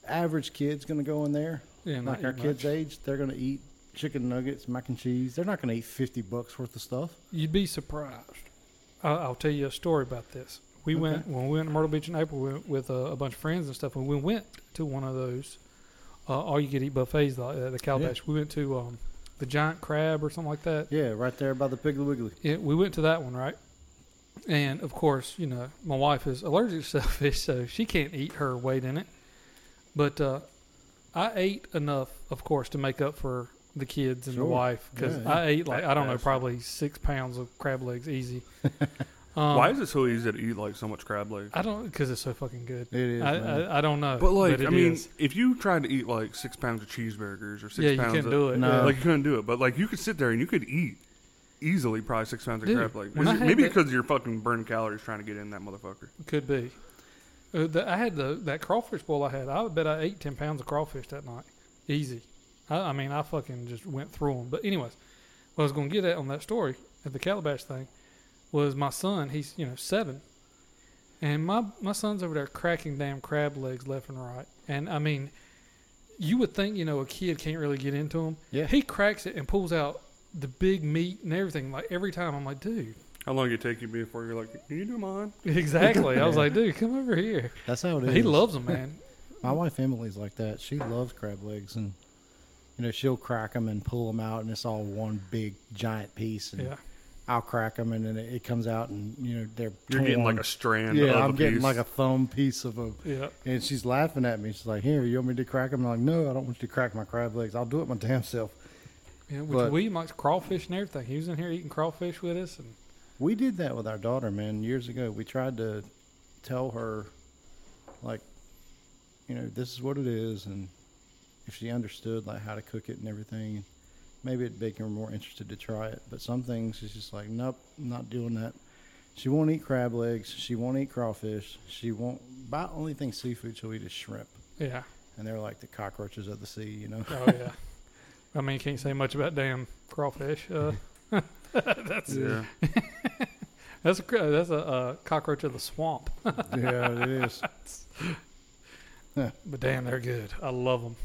Speaker 2: average kid's gonna go in there
Speaker 1: Yeah, not
Speaker 2: like our
Speaker 1: eat
Speaker 2: kids'
Speaker 1: much.
Speaker 2: age. They're gonna eat chicken nuggets, mac and cheese. They're not gonna eat fifty bucks worth of stuff.
Speaker 1: You'd be surprised. I I'll tell you a story about this. We
Speaker 2: Okay.
Speaker 1: went when we went to Myrtle Beach in April we went with uh, a bunch of friends and stuff, and we went to one of those uh, all you could eat buffets like that, the Calabash. We went to um, the Giant Crab or something like that.
Speaker 2: Yeah, right there by the Piggly Wiggly.
Speaker 1: It, we went to that one, right? And of course, you know, my wife is allergic to shellfish, so she can't eat her weight in it. But uh, I ate enough, of course, to make up for the kids and
Speaker 2: Sure.
Speaker 1: the wife because
Speaker 2: Yeah, yeah.
Speaker 1: I ate like I don't know,
Speaker 3: Absolutely.
Speaker 1: probably six pounds of crab legs easy. Um,
Speaker 4: Why is it so easy to eat like so much crab legs?
Speaker 1: I don't because it's so fucking good.
Speaker 2: It is.
Speaker 1: I,
Speaker 2: man.
Speaker 1: I, I don't know,
Speaker 4: But like,
Speaker 1: it
Speaker 4: I mean,
Speaker 1: is.
Speaker 4: if you tried to eat like six pounds of cheeseburgers or six
Speaker 1: yeah, you
Speaker 4: pounds,
Speaker 1: can
Speaker 4: of,
Speaker 1: do it.
Speaker 2: No.
Speaker 1: yeah.
Speaker 4: like you couldn't do it. But like, you could sit there and you could eat easily probably six pounds of
Speaker 1: Dude,
Speaker 4: crab legs.
Speaker 1: when
Speaker 4: Is
Speaker 1: I
Speaker 4: it-
Speaker 1: had
Speaker 4: maybe
Speaker 1: that-
Speaker 4: because of your fucking burned calories trying to get in that motherfucker.
Speaker 1: Could be. Uh, the, I had the that crawfish boil I had. I bet I ate ten pounds of crawfish that night, easy. I, I mean, I fucking just went through them. But anyways, what I was going to get at on that story at the calabash thing was my son. He's you know seven, and my my son's over there cracking damn crab legs left and right. And I mean, you would think you know a kid can't really get into them.
Speaker 2: yeah.
Speaker 1: He cracks it and pulls out the big meat and everything. Like every time, I'm like, dude,
Speaker 4: How long did it take you before you're like, can you do mine?
Speaker 1: exactly. I was like, dude, come over here.
Speaker 2: That's how it is.
Speaker 1: He loves them, man.
Speaker 2: My wife Emily's like that. She loves crab legs, and you know she'll crack them and pull them out, and it's all one big giant piece. And
Speaker 1: Yeah.
Speaker 2: I'll crack them, and then it, it comes out, and you know they're
Speaker 4: You're getting
Speaker 2: torn.
Speaker 4: like a strand.
Speaker 2: yeah.
Speaker 4: of
Speaker 2: I'm
Speaker 4: a
Speaker 2: getting
Speaker 4: piece.
Speaker 2: like a thumb piece of a.
Speaker 1: Yeah.
Speaker 2: And she's laughing at me. She's like, "Here, you want me to crack them?" I'm like, "No, I don't want you to crack my crab legs. I'll do it my damn self."
Speaker 1: Yeah, which
Speaker 2: But-
Speaker 1: William likes crawfish and everything. He was in here eating crawfish with us, and
Speaker 2: We did that with our daughter, man, years ago. We tried to tell her, like, you know, this is what it is, and if she understood like how to cook it and everything, maybe it'd make her more interested to try it. But some things she's just like, nope, not doing that. She won't eat crab legs. She won't eat crawfish. She won't. About only thing seafood she'll eat is shrimp,
Speaker 1: yeah,
Speaker 2: and they're like the cockroaches of the sea, you know.
Speaker 1: oh yeah. I mean, can't say much about damn crawfish. Uh, that's
Speaker 4: yeah.
Speaker 1: that's a cra- that's a uh, cockroach of the swamp.
Speaker 2: yeah, it is.
Speaker 1: But damn, they're good. I love them.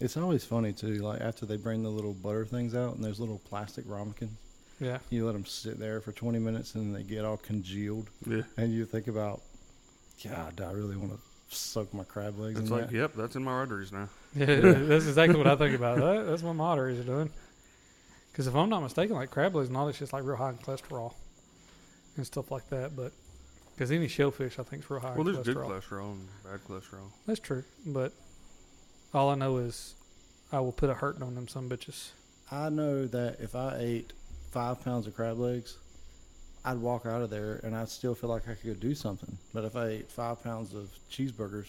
Speaker 2: It's always funny too. Like after they bring the little butter things out, and there's little plastic ramekins.
Speaker 1: Yeah,
Speaker 2: You let them sit there for 20 minutes and they get all congealed.
Speaker 4: yeah.
Speaker 2: And you think about, God, I really want to soak my crab legs
Speaker 4: It's
Speaker 2: in
Speaker 4: like,
Speaker 2: that.
Speaker 4: yep, that's in my arteries now.
Speaker 1: yeah. that's exactly what I think about. That, that's what my arteries are doing. Because if I'm not mistaken, like crab legs and all that shit's like real high in cholesterol and stuff like that. But because any shellfish, I think, is real high
Speaker 4: Well,
Speaker 1: in
Speaker 4: there's good
Speaker 1: cholesterol.
Speaker 4: cholesterol and bad cholesterol.
Speaker 1: That's true, but all I know is I will put a hurting on them some bitches.
Speaker 2: I know that if I ate five pounds of crab legs, I'd walk out of there and I'd still feel like I could do something. But if I ate five pounds of cheeseburgers,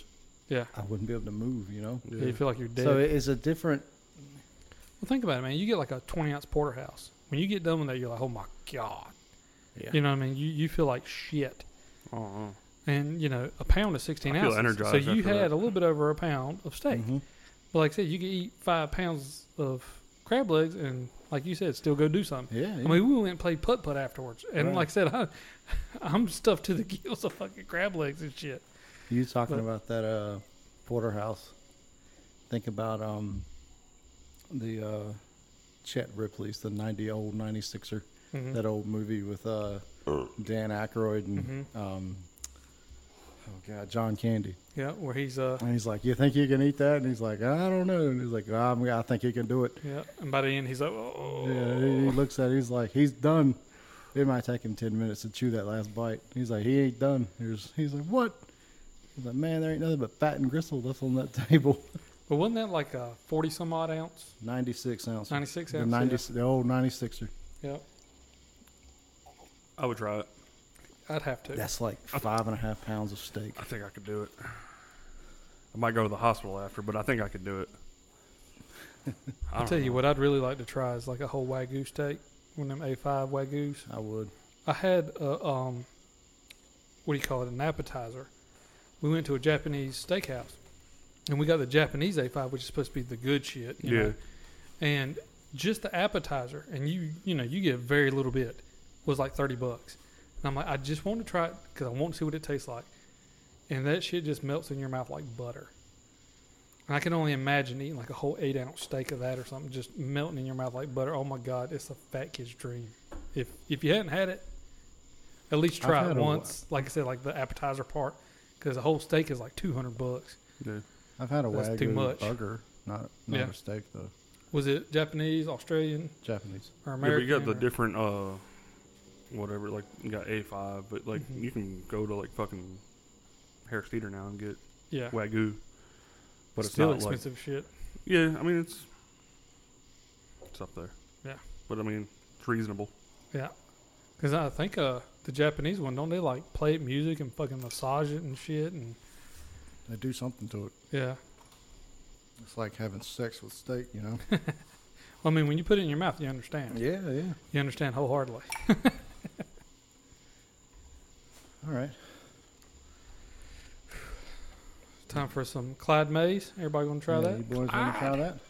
Speaker 1: Yeah.
Speaker 2: I wouldn't be able to move, you know?
Speaker 1: You feel like you're dead.
Speaker 2: So it's a different.
Speaker 1: well, think about it, man. You get like a 20 ounce porterhouse. When you get done with that, you're like, oh my God.
Speaker 2: Yeah.
Speaker 1: You know what I mean? You, you feel like shit.
Speaker 4: Uh-uh.
Speaker 1: And, you know, a pound is 16
Speaker 4: I feel
Speaker 1: ounces.
Speaker 4: energized
Speaker 1: so you
Speaker 4: after
Speaker 1: had
Speaker 4: that. Mm-hmm.
Speaker 1: a little bit over a pound of steak.
Speaker 2: Mhm.
Speaker 1: But like I said, you could eat five pounds of crab legs and, like you said, still go do something.
Speaker 2: Yeah. yeah.
Speaker 1: I mean, we went and played putt putt afterwards. And
Speaker 2: Right.
Speaker 1: like I said, I, I'm stuffed to the gills of fucking crab legs and shit.
Speaker 2: You talking
Speaker 1: But-
Speaker 2: about that uh, porterhouse? Think about um, the uh, Chet Ripley's, the ninety old ninety sixer,
Speaker 1: Mhm.
Speaker 2: that old movie with uh, Dan Aykroyd and um, oh god, John Candy.
Speaker 1: Yeah, where he's uh
Speaker 2: And he's like, "You think you can eat that?" And he's like, "I don't know." And he's like, "I'm, I think he can do it."
Speaker 1: yeah, and by the end he's like, oh,
Speaker 2: Yeah, he, he looks at. it, He's like, "He's done." It might take him ten minutes to chew that last bite. He's like, "He ain't done." He's, he's like, "What?" He's like, "Man, there ain't nothing but fat and gristle left on that table."
Speaker 1: but wasn't that like a forty some odd ounce,
Speaker 2: 96 ounce.
Speaker 1: ninety six
Speaker 2: the,
Speaker 1: ounce?
Speaker 2: 90, the old 96er.
Speaker 1: Yeah. Yep.
Speaker 4: I would try it.
Speaker 1: I'd have to.
Speaker 2: That's like five and a half pounds of steak.
Speaker 4: I think I could do it. I might go to the hospital after, but I think I could do it. I
Speaker 1: I'll
Speaker 4: don't
Speaker 1: tell you
Speaker 4: know.
Speaker 1: what I'd really like to try is like a whole wagyu steak, one of them A five wagyus.
Speaker 2: I would.
Speaker 1: I had a, um, what do you call it, an appetizer. We went to a Japanese steakhouse, and we got the Japanese A5, which is supposed to be the good shit. You
Speaker 4: Yeah.
Speaker 1: Know? And just the appetizer, and you you know you get very little bit, was like thirty bucks. And I'm like, I just want to try it because I want to see what it tastes like. And that shit just melts in your mouth like butter. And I can only imagine eating like a whole eight ounce steak of that or something, just melting in your mouth like butter. Oh my god, it's a fat kid's dream. If if you hadn't had it, at least
Speaker 2: I've
Speaker 1: try it
Speaker 2: had a wa-
Speaker 1: once. Like I said, like the appetizer part, because the whole steak is like two hundred bucks.
Speaker 4: Yeah.
Speaker 2: I've had a
Speaker 1: That's
Speaker 2: wagyu
Speaker 1: too much.
Speaker 2: burger, not not
Speaker 1: Yeah.
Speaker 2: a steak though.
Speaker 1: Was it Japanese, Australian,
Speaker 2: Japanese.
Speaker 1: or
Speaker 4: Yeah, but
Speaker 1: American?
Speaker 4: you got the
Speaker 1: or-
Speaker 4: different, uh, whatever. Like you got A five, but like
Speaker 1: Mhm.
Speaker 4: you can go to like fucking Harris Theater now and get
Speaker 1: yeah,
Speaker 4: wagyu. But
Speaker 1: Ah.
Speaker 4: it's
Speaker 1: still
Speaker 4: not like
Speaker 1: expensive shit.
Speaker 4: yeah. I mean it's it's up there.
Speaker 1: Yeah.
Speaker 4: But I mean it's reasonable.
Speaker 1: Yeah, because I think uh, the Japanese one don't they like play it music and fucking massage it and shit and
Speaker 2: They do something to it.
Speaker 1: yeah.
Speaker 2: It's like having sex with steak, you know.
Speaker 1: Well, I mean, when you put it in your mouth, you understand.
Speaker 2: yeah, yeah.
Speaker 1: You understand wholeheartedly.
Speaker 2: All right.
Speaker 1: Time for some Clyde Mays. Everybody gonna try
Speaker 2: Yeah,
Speaker 1: that? Ah.
Speaker 2: You boys want to try that?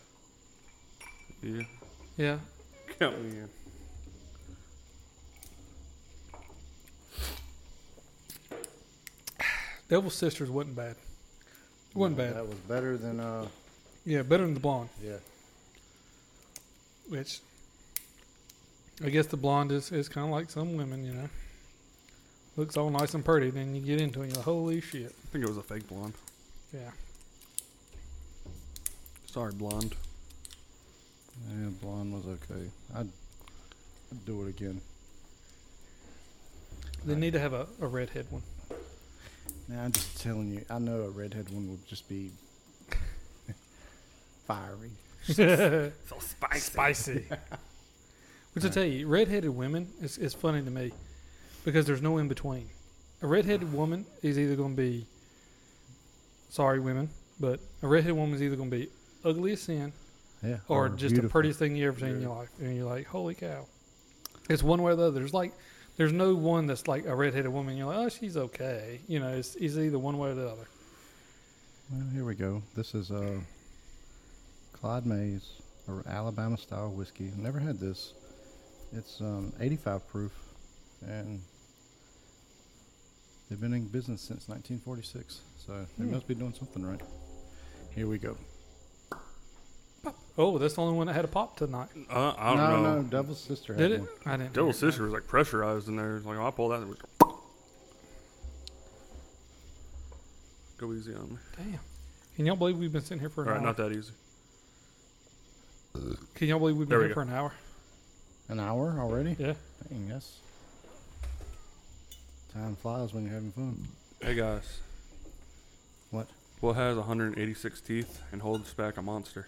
Speaker 4: Yeah.
Speaker 1: Yeah.
Speaker 4: Count me in.
Speaker 1: Devil's Sisters wasn't bad. It wasn't
Speaker 2: No,
Speaker 1: bad.
Speaker 2: That was better than uh.
Speaker 1: Yeah, better than the blonde,
Speaker 2: Yeah.
Speaker 1: which I guess the blonde is, is kind of like some women, you know. Looks all nice and pretty, then you get into it and you're like, holy shit.
Speaker 4: I think it was a fake blonde.
Speaker 1: Yeah.
Speaker 4: Sorry, blonde.
Speaker 2: Yeah, blonde was okay. I'd, I'd do it again.
Speaker 1: They
Speaker 2: Right.
Speaker 1: need to have a, a redhead one.
Speaker 2: Now I'm just telling you. I know a redhead one would just be fiery.
Speaker 1: so spicy. Spicy. Which I tell you, redheaded women is, is funny to me because there's no in between. A redheaded woman is either going to be, sorry, women, but a redheaded woman is either going to be ugly as sin
Speaker 2: Yeah. Oh,
Speaker 1: or, just the
Speaker 2: beautiful.
Speaker 1: prettiest thing you ever seen in your life. And you're like, holy cow. It's one way or the other. There's like, there's no one that's like a redheaded woman. You're like, oh, she's okay. You know, it's, it's either one way or the other.
Speaker 2: Well, here we go. This is uh, Clyde Mays, or Alabama style whiskey. Never had this. It's um, 85 proof, and they've been in business since 1946, so they
Speaker 1: Hmm.
Speaker 2: must be doing something right. Here we go.
Speaker 1: Oh, that's the only one that had a pop tonight.
Speaker 4: Uh, I don't
Speaker 2: no,
Speaker 4: know.
Speaker 2: no, Devil's Sister.
Speaker 1: Did
Speaker 2: had
Speaker 1: it?
Speaker 2: one.
Speaker 1: I didn't.
Speaker 4: Double
Speaker 1: hear it.
Speaker 4: sister was like pressurized in there. Like I pulled out, it was go easy on me.
Speaker 1: Damn. Can y'all believe we've been sitting here for
Speaker 4: All
Speaker 1: an hour?
Speaker 4: right, not that easy.
Speaker 1: Can y'all believe we've been
Speaker 4: There we
Speaker 1: here for an hour?
Speaker 2: An hour already?
Speaker 1: Yeah.
Speaker 2: Dang, yes. Time flies when you're having fun.
Speaker 4: Hey guys,
Speaker 2: What?
Speaker 4: what has 186 teeth and holds back a monster?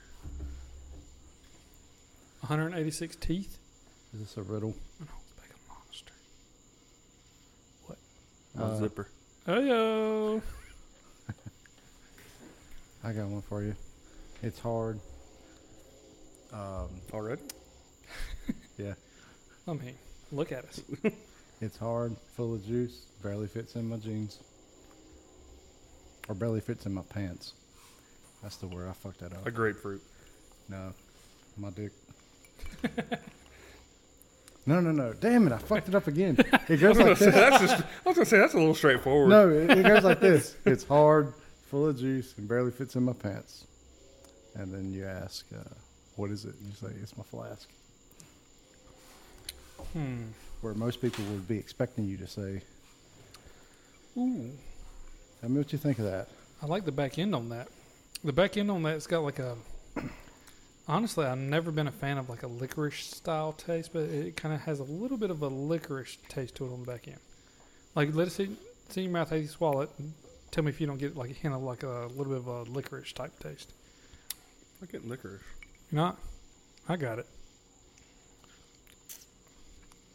Speaker 1: 186 teeth.
Speaker 2: Is this a riddle?
Speaker 1: And holds back a monster.
Speaker 4: A
Speaker 2: Uh,
Speaker 4: zipper.
Speaker 1: Heyo.
Speaker 2: I got one for you. It's hard. Um,
Speaker 4: Already?
Speaker 2: yeah.
Speaker 1: I mean, look at us.
Speaker 2: It's hard, full of juice, barely fits in my jeans. Or barely fits in my pants. That's the word. I fucked
Speaker 1: uh,
Speaker 2: that up.
Speaker 4: A grapefruit.
Speaker 2: No, my dick. no, no, no. Damn it. I fucked it up again. It goes like this.
Speaker 4: that's just, I was gonna say that's a little straightforward.
Speaker 2: No, it, it goes like this. It's hard, full of juice, and barely fits in my pants. And then you ask, uh, what is it? And you say, it's my flask.
Speaker 1: Hmm.
Speaker 2: Where most people would be expecting you to say,
Speaker 1: Ooh.
Speaker 2: tell me what you think of that.
Speaker 1: I like the back end on that. The back end on that's got like a. Honestly, I've never been a fan of like a licorice style taste, but it kind of has a little bit of a licorice taste to it on the back end. Like, let it sit, sit in your mouth as you swallow it. And tell me if you don't get like a hint of like a little bit of a licorice type taste.
Speaker 4: I get licorice.
Speaker 1: You're not? I got it.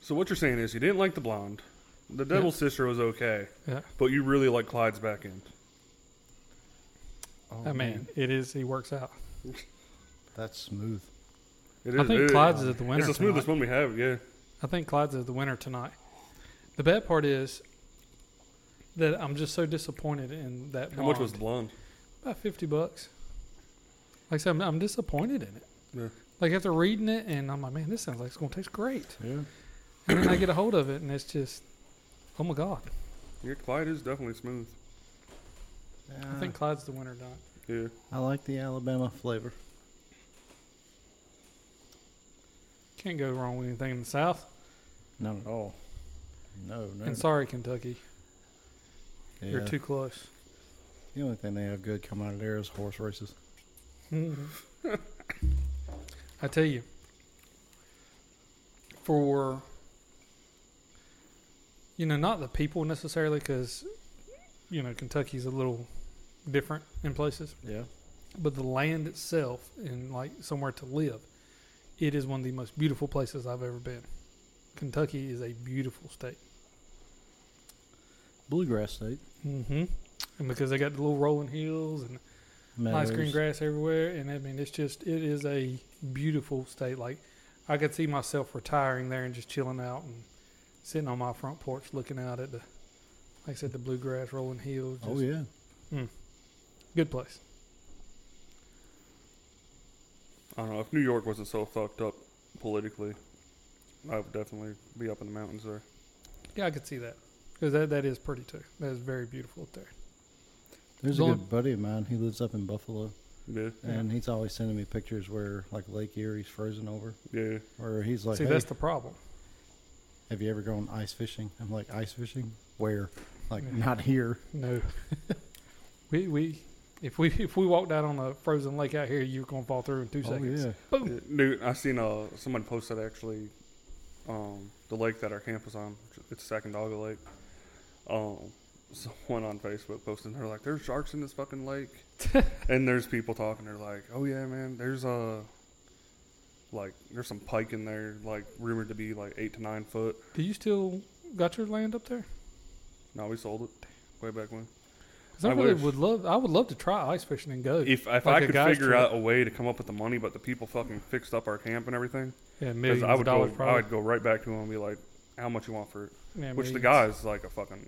Speaker 4: So what you're saying is you didn't like the blonde. The devil sister was okay,
Speaker 1: Yeah.
Speaker 4: but you really like Clyde's back end.
Speaker 2: Oh,
Speaker 1: I mean, it is. He works out.
Speaker 2: That's smooth.
Speaker 4: It
Speaker 1: I think
Speaker 4: it
Speaker 1: Clyde's is the winner.
Speaker 4: It's the smoothest
Speaker 1: tonight.
Speaker 4: one we have. Yeah.
Speaker 1: I think Clyde's is the winner tonight. The bad part is that I'm just so disappointed in that.
Speaker 4: How much
Speaker 1: blonde.
Speaker 4: was the blonde?
Speaker 1: about fifty bucks. Like I said, I'm, I'm disappointed in it.
Speaker 4: Yeah.
Speaker 1: Like after reading it, and I'm like, man, this sounds like it's gonna taste great.
Speaker 2: Yeah.
Speaker 1: And then I get a hold of it, and it's just, oh my god.
Speaker 4: Yeah, Clyde is definitely smooth.
Speaker 2: Uh.
Speaker 1: I think Clyde's the winner, Don.
Speaker 4: Yeah.
Speaker 2: I like the Alabama flavor.
Speaker 1: Can't go wrong with anything in the South.
Speaker 2: Not at all. No, no.
Speaker 1: And sorry, Kentucky, you're
Speaker 2: Yeah.
Speaker 1: too close.
Speaker 2: The only thing they have good come out of there is horse races.
Speaker 1: Mhm. I tell you, for you know, not the people necessarily, because you know Kentucky's a little different in places,
Speaker 2: Yeah.
Speaker 1: but the land itself and like somewhere to live, it is one of the most beautiful places I've ever been. Kentucky is a beautiful state,
Speaker 2: Bluegrass state.
Speaker 1: mm-hmm. and because they got the little rolling hills and nice green
Speaker 2: meadows.
Speaker 1: grass everywhere and i mean it's just it is a beautiful state like i could see myself retiring there and just chilling out and sitting on my front porch looking out at the like i said the bluegrass rolling hills just
Speaker 2: Oh yeah.
Speaker 1: good place
Speaker 4: I don't know. If New York wasn't so fucked up politically, I would definitely be up in the mountains there.
Speaker 1: yeah i could see that because that, that is pretty too that is very beautiful up there
Speaker 2: There's
Speaker 1: Go
Speaker 2: a
Speaker 1: on.
Speaker 2: good buddy of mine. He lives up in Buffalo,
Speaker 4: Yeah.
Speaker 2: and he's always sending me pictures where like Lake Erie's frozen over,
Speaker 4: Yeah.
Speaker 2: or he's like,
Speaker 1: see
Speaker 2: "Hey,
Speaker 1: that's the problem
Speaker 2: have you ever gone ice fishing?" I'm like, "Ice fishing? Where? Like
Speaker 1: Yeah.
Speaker 2: not here."
Speaker 1: no we we if we if we walked out on a frozen lake out here you're gonna fall through in two
Speaker 2: Oh
Speaker 1: seconds
Speaker 2: yeah.
Speaker 1: Boom.
Speaker 4: Yeah, Dude, I seen uh somebody posted actually, um, the lake that our camp is on. which- It's Sacandaga Lake. Um, someone on Facebook posted, they're like, "There's sharks in this fucking lake," and there's people talking. They're like, "Oh yeah, man, there's uh, like there's some pike in there, like rumored to be like eight to nine foot."
Speaker 1: do you still got your land up there
Speaker 4: No, we sold it way back when.
Speaker 1: 'Cause I,
Speaker 4: I
Speaker 1: really
Speaker 4: wish.
Speaker 1: would love I would love to try ice fishing and go
Speaker 4: If if
Speaker 1: Like a
Speaker 4: I could
Speaker 1: guy's
Speaker 4: figure
Speaker 1: trip.
Speaker 4: out a way to come up with the money, but the people fucking fixed up our camp and everything,
Speaker 1: Yeah, millions
Speaker 4: because I
Speaker 1: of
Speaker 4: would go,
Speaker 1: dollars
Speaker 4: I
Speaker 1: probably.
Speaker 4: would go right back to him and be like, "How much you want for it?"
Speaker 1: Yeah,
Speaker 4: Which the
Speaker 1: millions.
Speaker 4: guy's like a fucking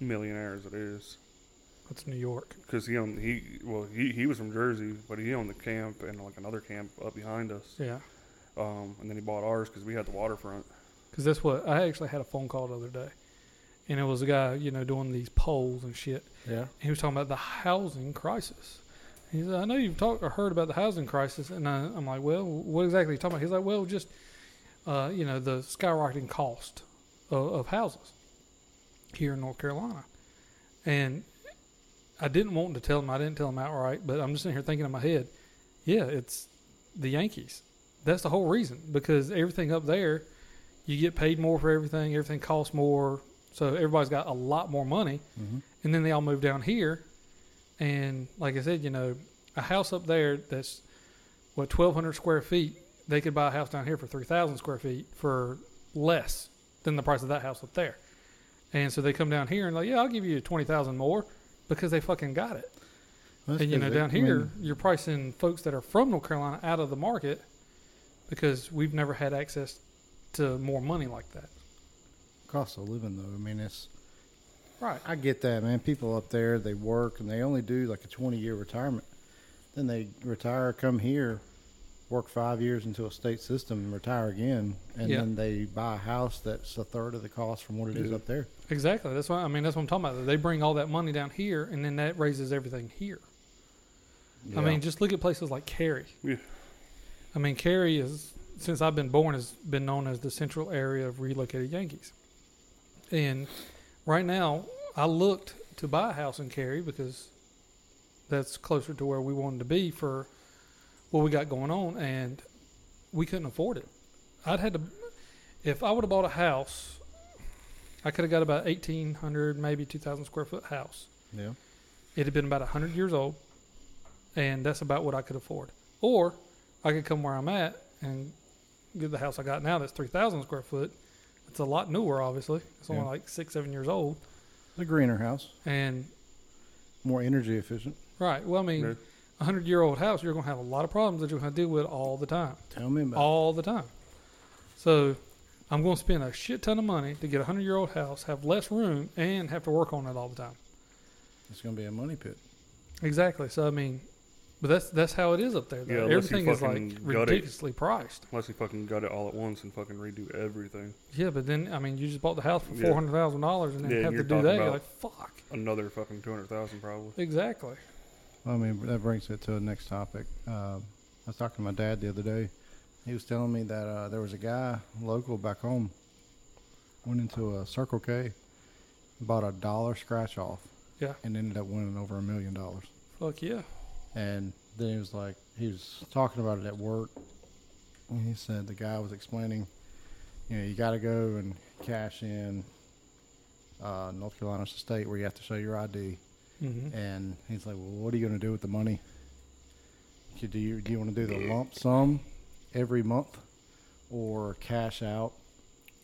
Speaker 4: millionaire as it is,
Speaker 1: That's New York.
Speaker 4: because he owned he well he, he was from Jersey, but he owned the camp and like another camp up behind us,
Speaker 1: Yeah,
Speaker 4: um, and then he bought ours because we had the waterfront.
Speaker 1: because that's what I actually had a phone call the other day, and it was a guy you know doing these polls and shit.
Speaker 2: Yeah.
Speaker 1: He was talking about the housing crisis. He said, "I know you've talked or heard about the housing crisis," and I, I'm like, "Well, what exactly are you talking about?" He's like, "Well, just uh, you know the skyrocketing cost of, of houses here in North Carolina," and I didn't want to tell him. I didn't tell him outright, but I'm just sitting here thinking in my head, "Yeah, it's the Yankees. That's the whole reason because everything up there, you get paid more for everything. Everything costs more, so everybody's got a lot more money."
Speaker 2: Mm-hmm.
Speaker 1: and then they all moved down here and like i said you know a house up there that's what 1200 square feet they could buy a house down here for 3000 square feet for less than the price of that house up there and so they come down here and like yeah i'll give you 20000 more because they fucking got it and you know down here you're pricing folks that are from north carolina out of the market because we've never had access to more money like that
Speaker 2: cost of living though. I mean, it's
Speaker 1: right
Speaker 2: I get that, man. People up there, they work and they only do like a 20 year retirement. Then they retire, come here, work five years into a state system, and retire again. And
Speaker 1: Yeah.
Speaker 2: then they buy a house that's a third of the cost from what it is
Speaker 4: Yeah.
Speaker 2: up there.
Speaker 1: Exactly. That's why I mean that's what I'm talking about. They bring all that money down here, and then that raises everything here. I mean, just look at places like Cary.
Speaker 4: Yeah.
Speaker 1: I mean, Cary is since I've been born has been known as the central area of relocated Yankees. And right now, I looked to buy a house in Cary because that's closer to where we wanted to be for what we got going on, and we couldn't afford it. I'd had to, if I would have bought a house, I could have got about eighteen hundred, maybe two thousand square foot house.
Speaker 2: yeah.
Speaker 1: It had been about 100 years old, and that's about what I could afford. Or I could come where I'm at and get the house I got now that's 3,000 square foot. It's a lot newer, obviously. It's only
Speaker 2: Yeah.
Speaker 1: like six, seven years old.
Speaker 2: The greener house,
Speaker 1: And,
Speaker 2: more energy efficient.
Speaker 1: right, well, I mean, a
Speaker 4: Right.
Speaker 1: 100 year old house, you're going to have a lot of problems that you're going to deal with all the time.
Speaker 2: Tell me about
Speaker 1: all the time. So I'm going to spend a shit ton of money to get a 100 year old house, have less room, and have to work on it all the time.
Speaker 2: it. It's going to be a money pit.
Speaker 1: Exactly. So I mean, but that's that's how it is up there.
Speaker 4: Yeah,
Speaker 1: Though.
Speaker 4: unless you
Speaker 1: Everything is
Speaker 4: fucking
Speaker 1: like
Speaker 4: gut it.
Speaker 1: ridiculously priced.
Speaker 4: Unless you fucking gut it all at once and fucking redo everything.
Speaker 1: Yeah, but then I mean, you just bought the house for
Speaker 4: Yeah.
Speaker 1: four hundred thousand dollars, and then
Speaker 4: Yeah,
Speaker 1: have
Speaker 4: you're
Speaker 1: to do
Speaker 4: talking
Speaker 1: that. You're
Speaker 4: about-
Speaker 1: like, fuck.
Speaker 4: Another fucking two hundred thousand probably.
Speaker 1: Exactly.
Speaker 2: I mean, that brings it to the next topic. Uh, I was talking to my dad the other day. He was telling me that uh, there was a guy local back home went into a Circle K, bought a dollar scratch off,
Speaker 1: Yeah.
Speaker 2: and ended up winning over a million dollars.
Speaker 1: Fuck yeah.
Speaker 2: And then he was like, he was talking about it at work. And he said the guy was explaining, you know, you got to go and cash in uh, North Carolina's a state where you have to show your ID.
Speaker 1: Mm-hmm.
Speaker 2: And he's like, well, what are you going to do with the money? You- Do you, do you want to do the lump sum every month or cash out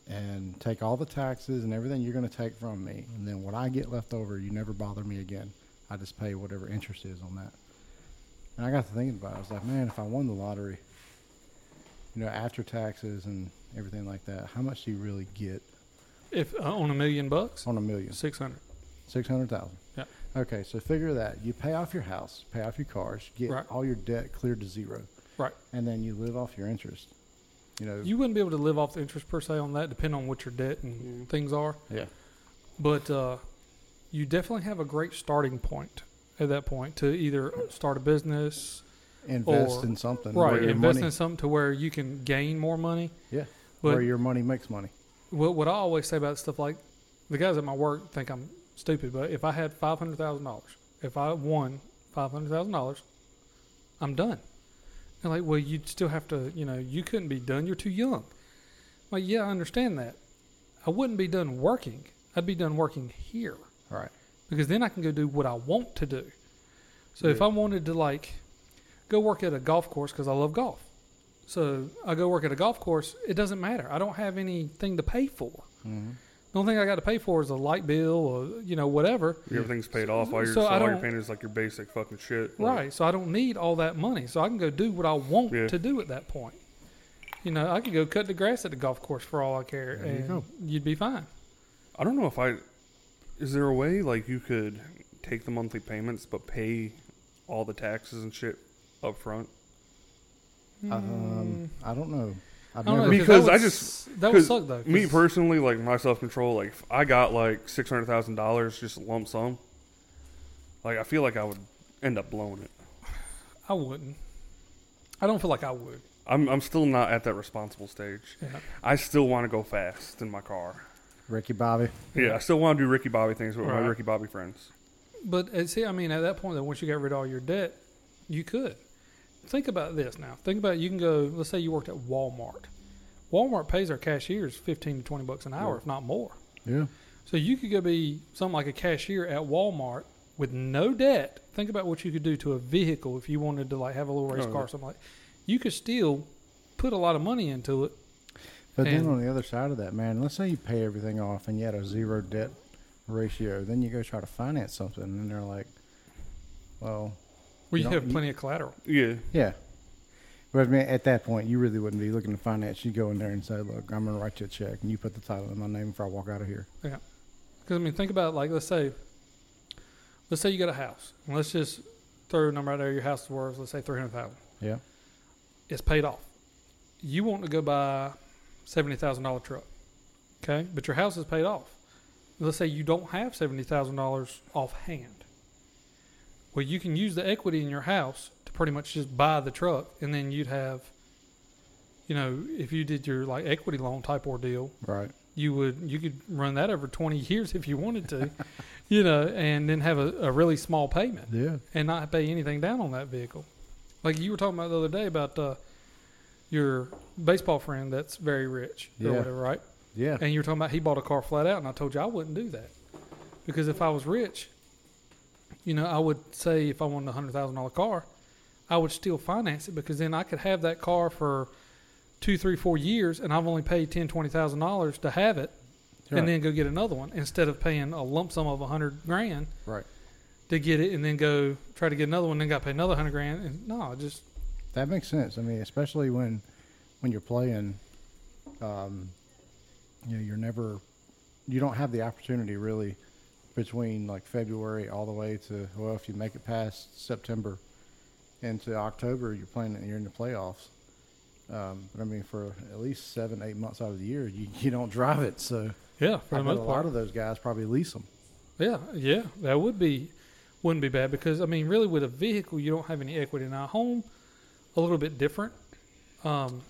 Speaker 2: and take all the taxes and everything you're going to take from me? And then what I get left over, you never bother me again. I just pay whatever interest is on that. And I got to thinking about it. I was like, man, if I won the lottery, you know, after taxes and everything like that, how much do you really get
Speaker 1: If uh, on a million bucks,
Speaker 2: on a million?
Speaker 1: six hundred.
Speaker 2: Six hundred thousand.
Speaker 1: Yeah.
Speaker 2: Okay, so figure that you pay off your house, pay off your cars, get
Speaker 1: Right.
Speaker 2: all your debt cleared to zero,
Speaker 1: Right.
Speaker 2: and then you live off your interest. You know.
Speaker 1: You wouldn't be able to live off the interest per se on that, depending on what your debt and
Speaker 4: Mm.
Speaker 1: things are.
Speaker 2: yeah.
Speaker 1: But uh, you definitely have a great starting point at that point to either start a business,
Speaker 2: Invest
Speaker 1: Or-
Speaker 2: in something.
Speaker 1: right?
Speaker 2: Where your
Speaker 1: Invest
Speaker 2: money,
Speaker 1: in something to where you can gain more money.
Speaker 2: Yeah.
Speaker 1: But
Speaker 2: where your money makes money.
Speaker 1: what what I always say about stuff like the guys at my work think I'm stupid, but if I had five hundred thousand dollars, if I won five hundred thousand dollars, I'm done. And like, well, you'd still have to, you know, you couldn't be done. You're too young. Like, yeah, I understand that. I wouldn't be done working. I'd be done working here
Speaker 2: All right.
Speaker 1: because then I can go do what I want to do. So if
Speaker 4: Yeah.
Speaker 1: I wanted to like go work at a golf course because I love golf, so I go work at a golf course. It doesn't matter. I don't have anything to pay for.
Speaker 2: Mhm.
Speaker 1: The only thing I got to pay for is a light bill or you know whatever.
Speaker 4: Everything's paid off. All you're,
Speaker 1: So
Speaker 4: so
Speaker 1: I
Speaker 4: all you're
Speaker 1: don't-
Speaker 4: paying is like your basic fucking shit. like-
Speaker 1: Right. So I don't need all that money. So I can go do what I want
Speaker 4: Yeah.
Speaker 1: to do at that point. You know, I could go cut the grass at the golf course for all I care,
Speaker 2: There you
Speaker 1: and
Speaker 2: go.
Speaker 1: you'd be fine.
Speaker 4: I don't know if I. Is there a way like you could take the monthly payments but pay all the taxes and shit up front?
Speaker 2: Um, I don't know. I've
Speaker 1: Hmm. I don't know,
Speaker 2: never.
Speaker 4: Because
Speaker 1: that
Speaker 4: I
Speaker 1: would
Speaker 4: just-
Speaker 1: s- that would
Speaker 4: 'cause
Speaker 1: suck though.
Speaker 4: Me
Speaker 1: 'cause-
Speaker 4: personally, like my self control, like if I got like six hundred thousand dollars just a lump sum. Like I feel like I would end up blowing it.
Speaker 1: I wouldn't. I don't feel like I would.
Speaker 4: I'm I'm still not at that responsible stage.
Speaker 1: Yeah.
Speaker 4: I still want to go fast in my car.
Speaker 2: Ricky Bobby.
Speaker 4: Yeah, I still want to do Ricky Bobby things with
Speaker 1: Right.
Speaker 4: my Ricky Bobby friends.
Speaker 1: But uh, see, I mean, at that point, though, once you got rid of all your debt, you could. Think about this now. Think about you can go. Let's say you worked at Walmart. Walmart pays our cashiers fifteen to twenty bucks an hour,
Speaker 4: Yeah.
Speaker 1: if not more.
Speaker 2: Yeah.
Speaker 1: So you could go be something like a cashier at Walmart with no debt. Think about what you could do to a vehicle if you wanted to like have a little race
Speaker 4: Oh,
Speaker 1: car or
Speaker 4: yeah.
Speaker 1: something like. You could still put a lot of money into it.
Speaker 2: But
Speaker 1: And-
Speaker 2: then on the other side of that, man, let's say you pay everything off and you had a zero debt ratio, then you go try to finance something, and they're like, well,
Speaker 1: Where
Speaker 2: You
Speaker 1: you,
Speaker 2: don't-
Speaker 1: have
Speaker 2: you-
Speaker 1: plenty of collateral.
Speaker 4: Yeah,
Speaker 2: Yeah. But I mean, at that point, you really wouldn't be looking to finance. You go in there and say, "Look, I'm going to write you a check, and you put the title in my name before I walk out of here."
Speaker 1: Because I mean, think about like let's say, let's say you got a house. And let's just throw a number out there. Your house is worth let's say three hundred thousand.
Speaker 2: Yeah.
Speaker 1: It's paid off. You want to go buy seventy thousand dollar truck, okay? But your house is paid off. Let's say you don't have seventy thousand dollars offhand. Well, you can use the equity in your house to pretty much just buy the truck, and then you'd have, you know, if you did your like equity loan type ordeal,
Speaker 2: Right.
Speaker 1: you would you could run that over 20 years if you wanted to you know and then have a, a really small payment
Speaker 2: Yeah.
Speaker 1: and not pay anything down on that vehicle like you were talking about the other day about uh, your baseball friend that's very rich or
Speaker 2: Yeah.
Speaker 1: whatever right
Speaker 2: Yeah.
Speaker 1: and you were talking about he bought a car flat out and i told you i wouldn't do that because if i was rich you know i would say if i wanted a hundred thousand dollar car i would still finance it because then i could have that car for two three four years and i've only paid ten twenty thousand dollars to have it and then go get another one instead of paying a lump sum of a hundred grand
Speaker 2: right.
Speaker 1: to get it and then go try to get another one then got to pay another hundred grand and no just
Speaker 2: That makes sense. I mean, especially when when you're playing, um, you know, you're never, you don't have the opportunity really between like February all the way to well, if you make it past September into October, you're playing you're in the playoffs. Um, but I mean, for at least seven, eight months out of the year, you, you don't drive it. So
Speaker 1: Yeah, for
Speaker 2: I
Speaker 1: the
Speaker 2: bet a
Speaker 1: most part.
Speaker 2: lot of those guys probably lease them.
Speaker 1: Yeah, yeah, that would be wouldn't be bad because I mean, really, with a vehicle, you don't have any equity. Now, home, a little bit different. Um,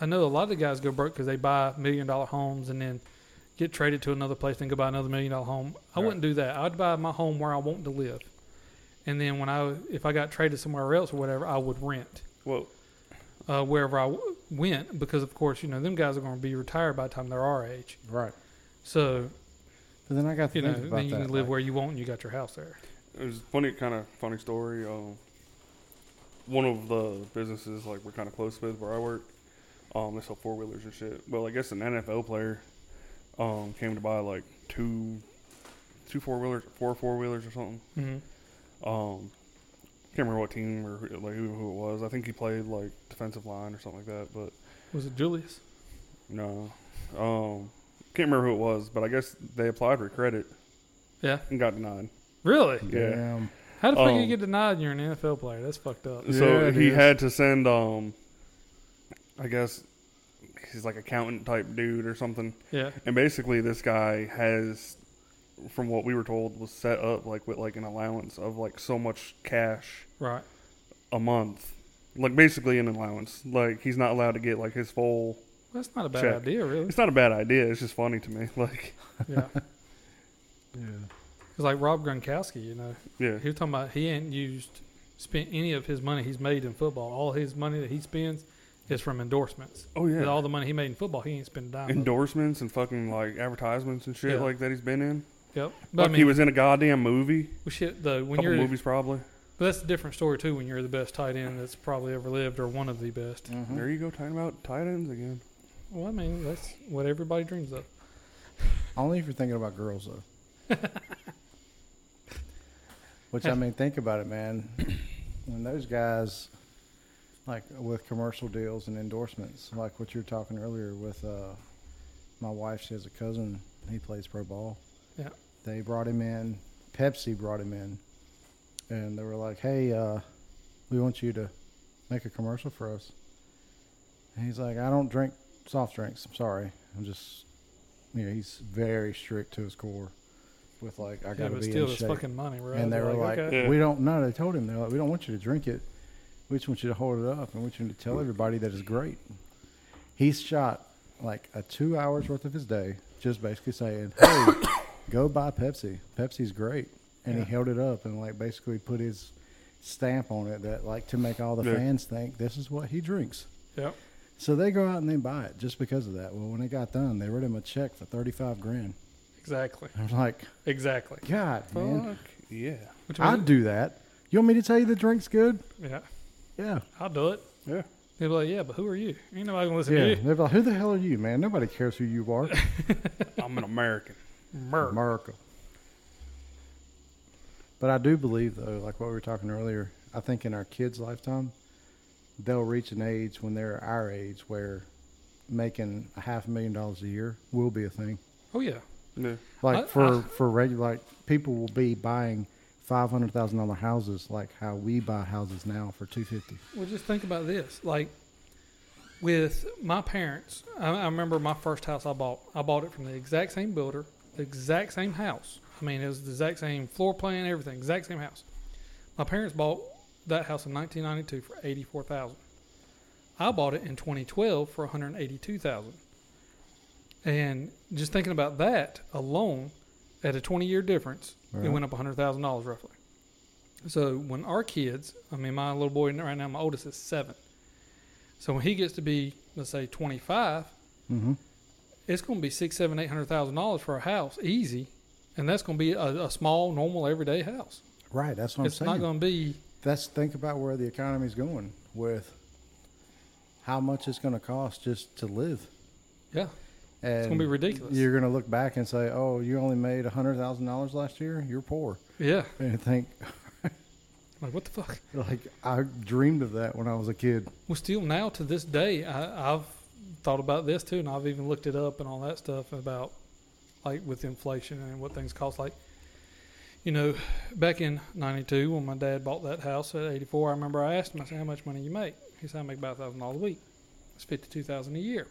Speaker 1: I know a lot of the guys go broke because they buy million dollar homes and then get traded to another place and go buy another million dollar home. I
Speaker 4: Right.
Speaker 1: wouldn't do that. I'd buy my home where I want to live, and then when I if I got traded somewhere else or whatever, I would rent
Speaker 4: Well,
Speaker 1: uh, wherever I w- went because, of course, you know them guys are going to be retired by the time they're our age.
Speaker 2: Right.
Speaker 1: So
Speaker 2: But then I got to
Speaker 1: you know,
Speaker 2: think about
Speaker 1: then you
Speaker 2: that.
Speaker 1: can live
Speaker 2: like,
Speaker 1: where you want and you got your house there.
Speaker 4: it was funny, kind of funny story. Um, one of the businesses like we're kind of close with where I work, um, they sell four wheelers and shit. Well, I guess an NFL player, um, came to buy like two, two four wheelers, four four wheelers or something.
Speaker 1: Mm-hmm.
Speaker 4: Um, can't remember what team or who- like who who it was. I think he played like defensive line or something like that. But
Speaker 1: Was it Julius?
Speaker 4: no, um, can't remember who it was. But I guess they applied for credit
Speaker 1: Yeah.
Speaker 4: and got denied.
Speaker 1: Really?
Speaker 4: yeah.
Speaker 2: damn.
Speaker 1: How the fuck you
Speaker 4: Um,
Speaker 1: get denied? and You're an NFL player. That's fucked up.
Speaker 4: so
Speaker 2: Yeah, it
Speaker 4: he
Speaker 2: is.
Speaker 4: had to send um i guess he's like accountant type dude or something
Speaker 1: Yeah.
Speaker 4: and basically this guy has from what we were told was set up like with like an allowance of like so much cash
Speaker 1: Right.
Speaker 4: a month like basically an allowance like he's not allowed to get like his full
Speaker 1: That's not a bad
Speaker 4: Check.
Speaker 1: idea, really.
Speaker 4: it's not a bad idea it's just funny to me like
Speaker 1: Yeah.
Speaker 2: Yeah.
Speaker 1: It's like Rob Gronkowski. You know,
Speaker 4: yeah
Speaker 1: he was talking about he ain't used spent any of his money he's made in football. All his money that he spends is from endorsements.
Speaker 4: oh
Speaker 1: With
Speaker 4: yeah
Speaker 1: All the money he made in football, he ain't spent a dime. of it.
Speaker 4: endorsements and fucking like advertisements and shit
Speaker 1: Yeah.
Speaker 4: like that he's been in
Speaker 1: Yep. But
Speaker 4: like
Speaker 1: I
Speaker 4: he
Speaker 1: mean,
Speaker 4: was in a goddamn movie
Speaker 1: well, shit though. When
Speaker 4: couple
Speaker 1: you're,
Speaker 4: movies probably
Speaker 1: but that's a different story too. When you're the best tight end that's probably ever lived, or one of the best.
Speaker 2: Mhm.
Speaker 4: There you go, talking about tight ends again.
Speaker 1: Well, I mean, that's what everybody dreams of.
Speaker 2: Only if you're thinking about girls, though. Which I mean, think about it, man. When those guys, like with commercial deals and endorsements, like what you were talking earlier with uh, my wife, she has a cousin. He plays pro ball.
Speaker 1: Yeah.
Speaker 2: They brought him in. Pepsi brought him in, and they were like, "Hey, uh, we want you to make a commercial for us." And he's like, "I don't drink soft drinks. I'm sorry. I'm just you know, he's very strict to his core with like I
Speaker 1: yeah,
Speaker 2: gotta
Speaker 1: but
Speaker 2: be
Speaker 1: still,
Speaker 2: in
Speaker 1: it's
Speaker 2: shape.
Speaker 1: fucking money, right?
Speaker 2: and they
Speaker 1: They're
Speaker 2: were like,
Speaker 1: okay.
Speaker 4: okay.
Speaker 2: We don't no, they told him they're like, We don't want you to drink it. We just want you to hold it up and we want you to tell everybody that it's great. He's shot like a two hours worth of his day, just basically saying, Hey, go buy Pepsi. Pepsi's great. And
Speaker 1: Yeah.
Speaker 2: he held it up and like basically put his stamp on it that like to make all the
Speaker 4: Yeah.
Speaker 2: fans think this is what he drinks.
Speaker 1: Yep.
Speaker 2: So they go out and they buy it just because of that. Well, when it got done, they wrote him a check for thirty-five grand.
Speaker 1: Exactly.
Speaker 2: I was like,
Speaker 1: Exactly.
Speaker 2: God, man,
Speaker 4: Fuck yeah.
Speaker 1: Which
Speaker 2: I'd
Speaker 1: means-
Speaker 2: do that. You want me to tell you the drink's good?
Speaker 1: Yeah,
Speaker 2: Yeah,
Speaker 1: I'll do it.
Speaker 2: yeah,
Speaker 1: They'd be like, yeah, but who are you? Ain't nobody gonna listen
Speaker 2: yeah.
Speaker 1: to you.
Speaker 2: They're like, who the hell are you, man? Nobody cares who you are.
Speaker 4: I'm an American.
Speaker 1: Merc.
Speaker 2: America. But I do believe, though, like what we were talking earlier, I think in our kids' lifetime, they'll reach an age when they're our age where making a half a million dollars a year will be a thing.
Speaker 1: Oh yeah.
Speaker 4: Yeah.
Speaker 2: like
Speaker 1: I-
Speaker 2: for
Speaker 1: I-
Speaker 2: for regular like people will be buying five hundred thousand dollar houses like how we buy houses now for two fifty.
Speaker 1: Well, just think about this. Like with my parents, I, I remember my first house I bought. I bought it from the exact same builder, the exact same house. I mean, it was the exact same floor plan, everything, exact same house. My parents bought that house in 1992 for 84,000. I bought it in 2012 for 182,000. And just thinking about that alone, at a 20 year difference, it
Speaker 2: Right.
Speaker 1: went up $100,000 roughly. So when our kids, I mean, my little boy right now, my oldest is seven. So when he gets to be, let's say, 25,
Speaker 2: Mm-hmm.
Speaker 1: it's going to be six, seven, eight hundred thousand dollars for a house, easy, and that's going to be a, a small, normal, everyday house.
Speaker 2: Right, that's what
Speaker 1: it's
Speaker 2: I'm
Speaker 1: not
Speaker 2: saying.
Speaker 1: going to be
Speaker 2: that's think about where the economy's going with how much it's going to cost just to live.
Speaker 1: Yeah.
Speaker 2: and
Speaker 1: It's gonna be ridiculous.
Speaker 2: You're going to look back and say, "Oh, you only made hundred thousand dollars last year. You're poor,"
Speaker 1: yeah.
Speaker 2: and think
Speaker 1: Like what the fuck?
Speaker 2: like I dreamed of that when I was a kid.
Speaker 1: Well, still now to this day, I, I've thought about this too, and I've even looked it up and all that stuff about like with inflation and what things cost. Like you know, back in '92 when my dad bought that house at '84, I remember I asked him, I said, "How much money you make?" He said, "I make about thousand dollars a week. It's fifty-two thousand a year."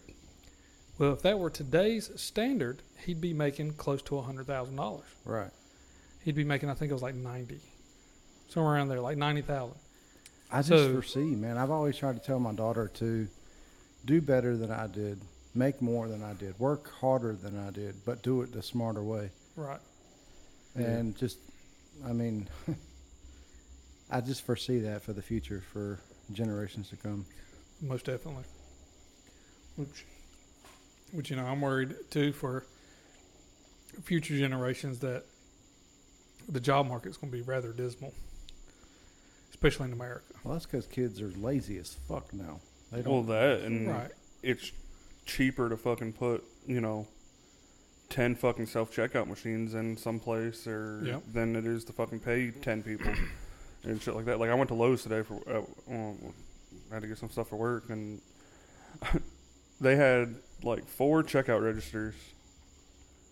Speaker 1: Well, if that were today's standard, he'd be making close to hundred thousand dollars.
Speaker 2: Right.
Speaker 1: He'd be making, I think it was like ninety, somewhere around there, like ninety thousand.
Speaker 2: I just
Speaker 1: So-
Speaker 2: foresee, man. I've always tried to tell my daughter to do better than I did, make more than I did, work harder than I did, but do it the smarter way.
Speaker 1: Right.
Speaker 4: Yeah.
Speaker 2: And just, I mean, I just foresee that for the future, for generations to come.
Speaker 1: Most definitely. Which, which you know, I'm worried too for future generations that the job market's going to be rather dismal, especially in America.
Speaker 2: Well, that's because kids are lazy as fuck now. They
Speaker 4: Well,
Speaker 2: don't.
Speaker 4: that and
Speaker 1: Right.
Speaker 4: it's cheaper to fucking put you know ten fucking self checkout machines in some place or
Speaker 1: Yep.
Speaker 4: than it is to fucking pay ten people and shit like that. Like I went to Lowe's today for uh, um, I had to get some stuff for work and they had like four checkout registers.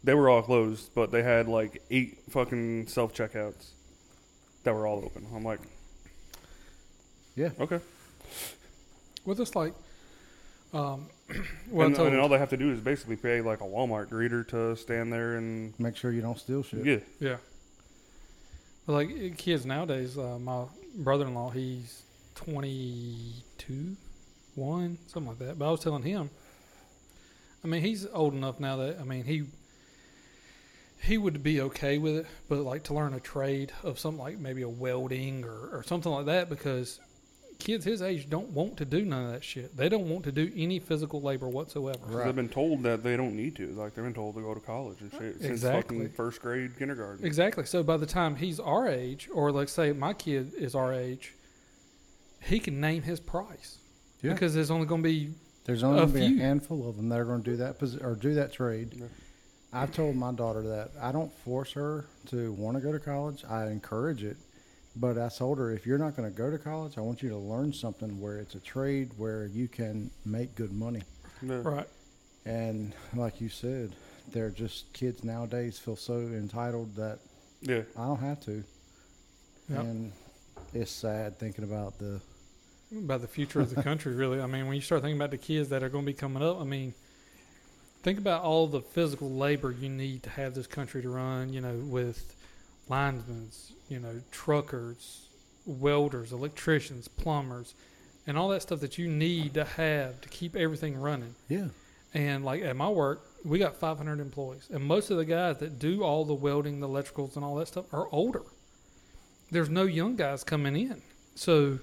Speaker 4: They were all closed, but they had like eight fucking self checkouts that were all open. I'm like,
Speaker 2: Yeah.
Speaker 4: okay.
Speaker 1: With us, like, um, well,
Speaker 4: and,
Speaker 1: so-
Speaker 4: and all they have to do is basically pay like a Walmart greeter to stand there and
Speaker 2: make sure you don't steal shit.
Speaker 4: yeah,
Speaker 1: yeah. But like eh, kids nowadays, uh, my brother-in-law, he's 22, one something like that. But I was telling him, I mean, he's old enough now that I mean he he would be okay with it, but like to learn a trade of something like maybe a welding or, or something like that because kids his age don't want to do none of that shit. They don't want to do any physical labor whatsoever.
Speaker 4: 'Cause
Speaker 2: Right.
Speaker 4: they've been told that they don't need to. Like they've been told to go to college and shit since
Speaker 1: Exactly.
Speaker 4: fucking first grade kindergarten.
Speaker 1: Exactly. So by the time he's our age, or let's say my kid is our age, he can name his price
Speaker 2: Yeah.
Speaker 1: because there's only going to be
Speaker 2: There's only
Speaker 1: A
Speaker 2: going to be
Speaker 1: few.
Speaker 2: a handful of them that are going to do that posi- or do that trade.
Speaker 4: Yeah.
Speaker 2: I've told my daughter that I don't force her to want to go to college. I encourage it, but I told her if you're not going to go to college, I want you to learn something where it's a trade where you can make good money.
Speaker 4: Yeah.
Speaker 1: right.
Speaker 2: And like you said, they're just kids nowadays feel so entitled that
Speaker 4: Yeah,
Speaker 2: I don't have to.
Speaker 1: Yep.
Speaker 2: And it's sad thinking about the
Speaker 1: By the future of the country, really. I mean, when you start thinking about the kids that are going to be coming up, I mean, think about all the physical labor you need to have this country to run. You know, with linemen, you know, truckers, welders, electricians, plumbers, and all that stuff that you need to have to keep everything running.
Speaker 2: yeah.
Speaker 1: And like at my work, we got 500 employees, and most of the guys that do all the welding, the electricals, and all that stuff are older. There's no young guys coming in, so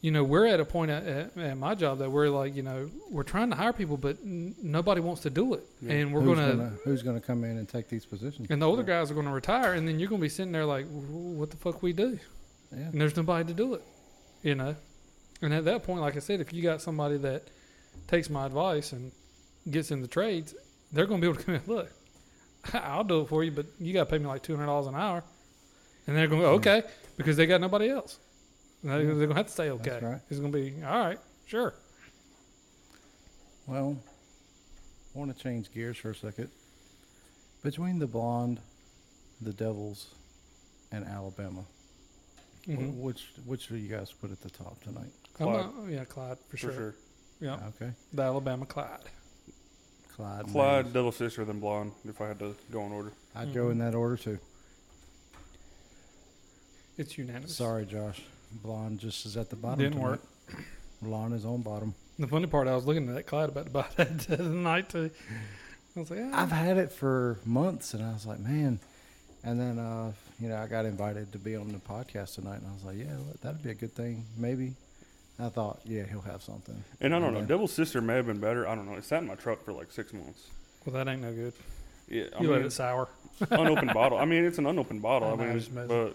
Speaker 1: you know we're at a point at, at, at my job that we're like, you know, we're trying to hire people, but n- nobody wants to do it,
Speaker 4: Yeah.
Speaker 1: and we're
Speaker 2: who's
Speaker 1: gonna,
Speaker 2: gonna who's going to come in and take these positions?
Speaker 1: and the older guys are gonna retire, and then you're gonna be sitting there like, "W- what the fuck we do?
Speaker 2: Yeah.
Speaker 1: and there's nobody to do it, you know. And at that point, like I said, if you got somebody that takes my advice and gets in the trades, they're going to be able to come in. Look, I'll do it for you, but you got to pay me like two hundred dollars an hour. And they're going to go
Speaker 2: Yeah.
Speaker 1: okay because they got nobody else. And They're,
Speaker 2: Yeah.
Speaker 1: going to have to say okay.
Speaker 2: right.
Speaker 1: It's going to be all right, sure.
Speaker 2: Well, I want to change gears for a second. Between the blonde, the Devils, and Alabama, wh-
Speaker 1: Mhm.
Speaker 2: which which do you guys put at the top tonight?
Speaker 1: I'm
Speaker 4: Clyde.
Speaker 1: not- yeah, Clyde for,
Speaker 4: for
Speaker 1: sure.
Speaker 4: sure.
Speaker 1: Yeah,
Speaker 2: Okay,
Speaker 1: the Alabama Clyde.
Speaker 2: Clyde. and
Speaker 4: Clyde,
Speaker 2: Mays.
Speaker 4: little sister than blonde. If I had to go in order,
Speaker 2: I'd go in that order too.
Speaker 1: It's unanimous.
Speaker 2: Sorry, Josh. Blonde just is at the bottom.
Speaker 1: Didn't
Speaker 2: tonight.
Speaker 1: work.
Speaker 2: Blonde is on bottom.
Speaker 1: The funny part, I was looking at that Clyde about to buy that the other night too. I was like, ah.
Speaker 2: I've had it for months, and I was like, man. And then, uh, you know, I got invited to be on the podcast tonight, and I was like, yeah, that'd be a good thing, maybe. I thought, yeah, he'll have something.
Speaker 4: and I don't know.
Speaker 2: Yeah.
Speaker 4: Devil's sister may have been better. I don't know. It sat in my truck for like six months.
Speaker 1: well, that ain't no good.
Speaker 4: Yeah, I
Speaker 1: You let
Speaker 4: mean,
Speaker 1: it sour.
Speaker 4: unopened bottle. I mean, it's an unopened bottle.
Speaker 1: I
Speaker 4: I,
Speaker 1: know, I
Speaker 4: mean,
Speaker 1: just messed-
Speaker 4: but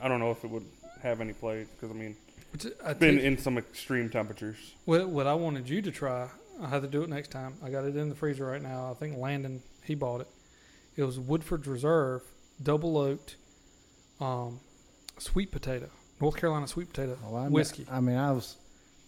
Speaker 4: I don't know if it would have any play because I mean,
Speaker 1: Which I
Speaker 4: it's been
Speaker 1: think-
Speaker 4: in some extreme temperatures.
Speaker 1: what, what I wanted you to try, I had to do it next time. I got it in the freezer right now. I think Landon he bought it. It was Woodford's Reserve double oaked, um, sweet potato, North Carolina sweet potato
Speaker 2: Well, I
Speaker 1: whiskey.
Speaker 2: I mean, I was,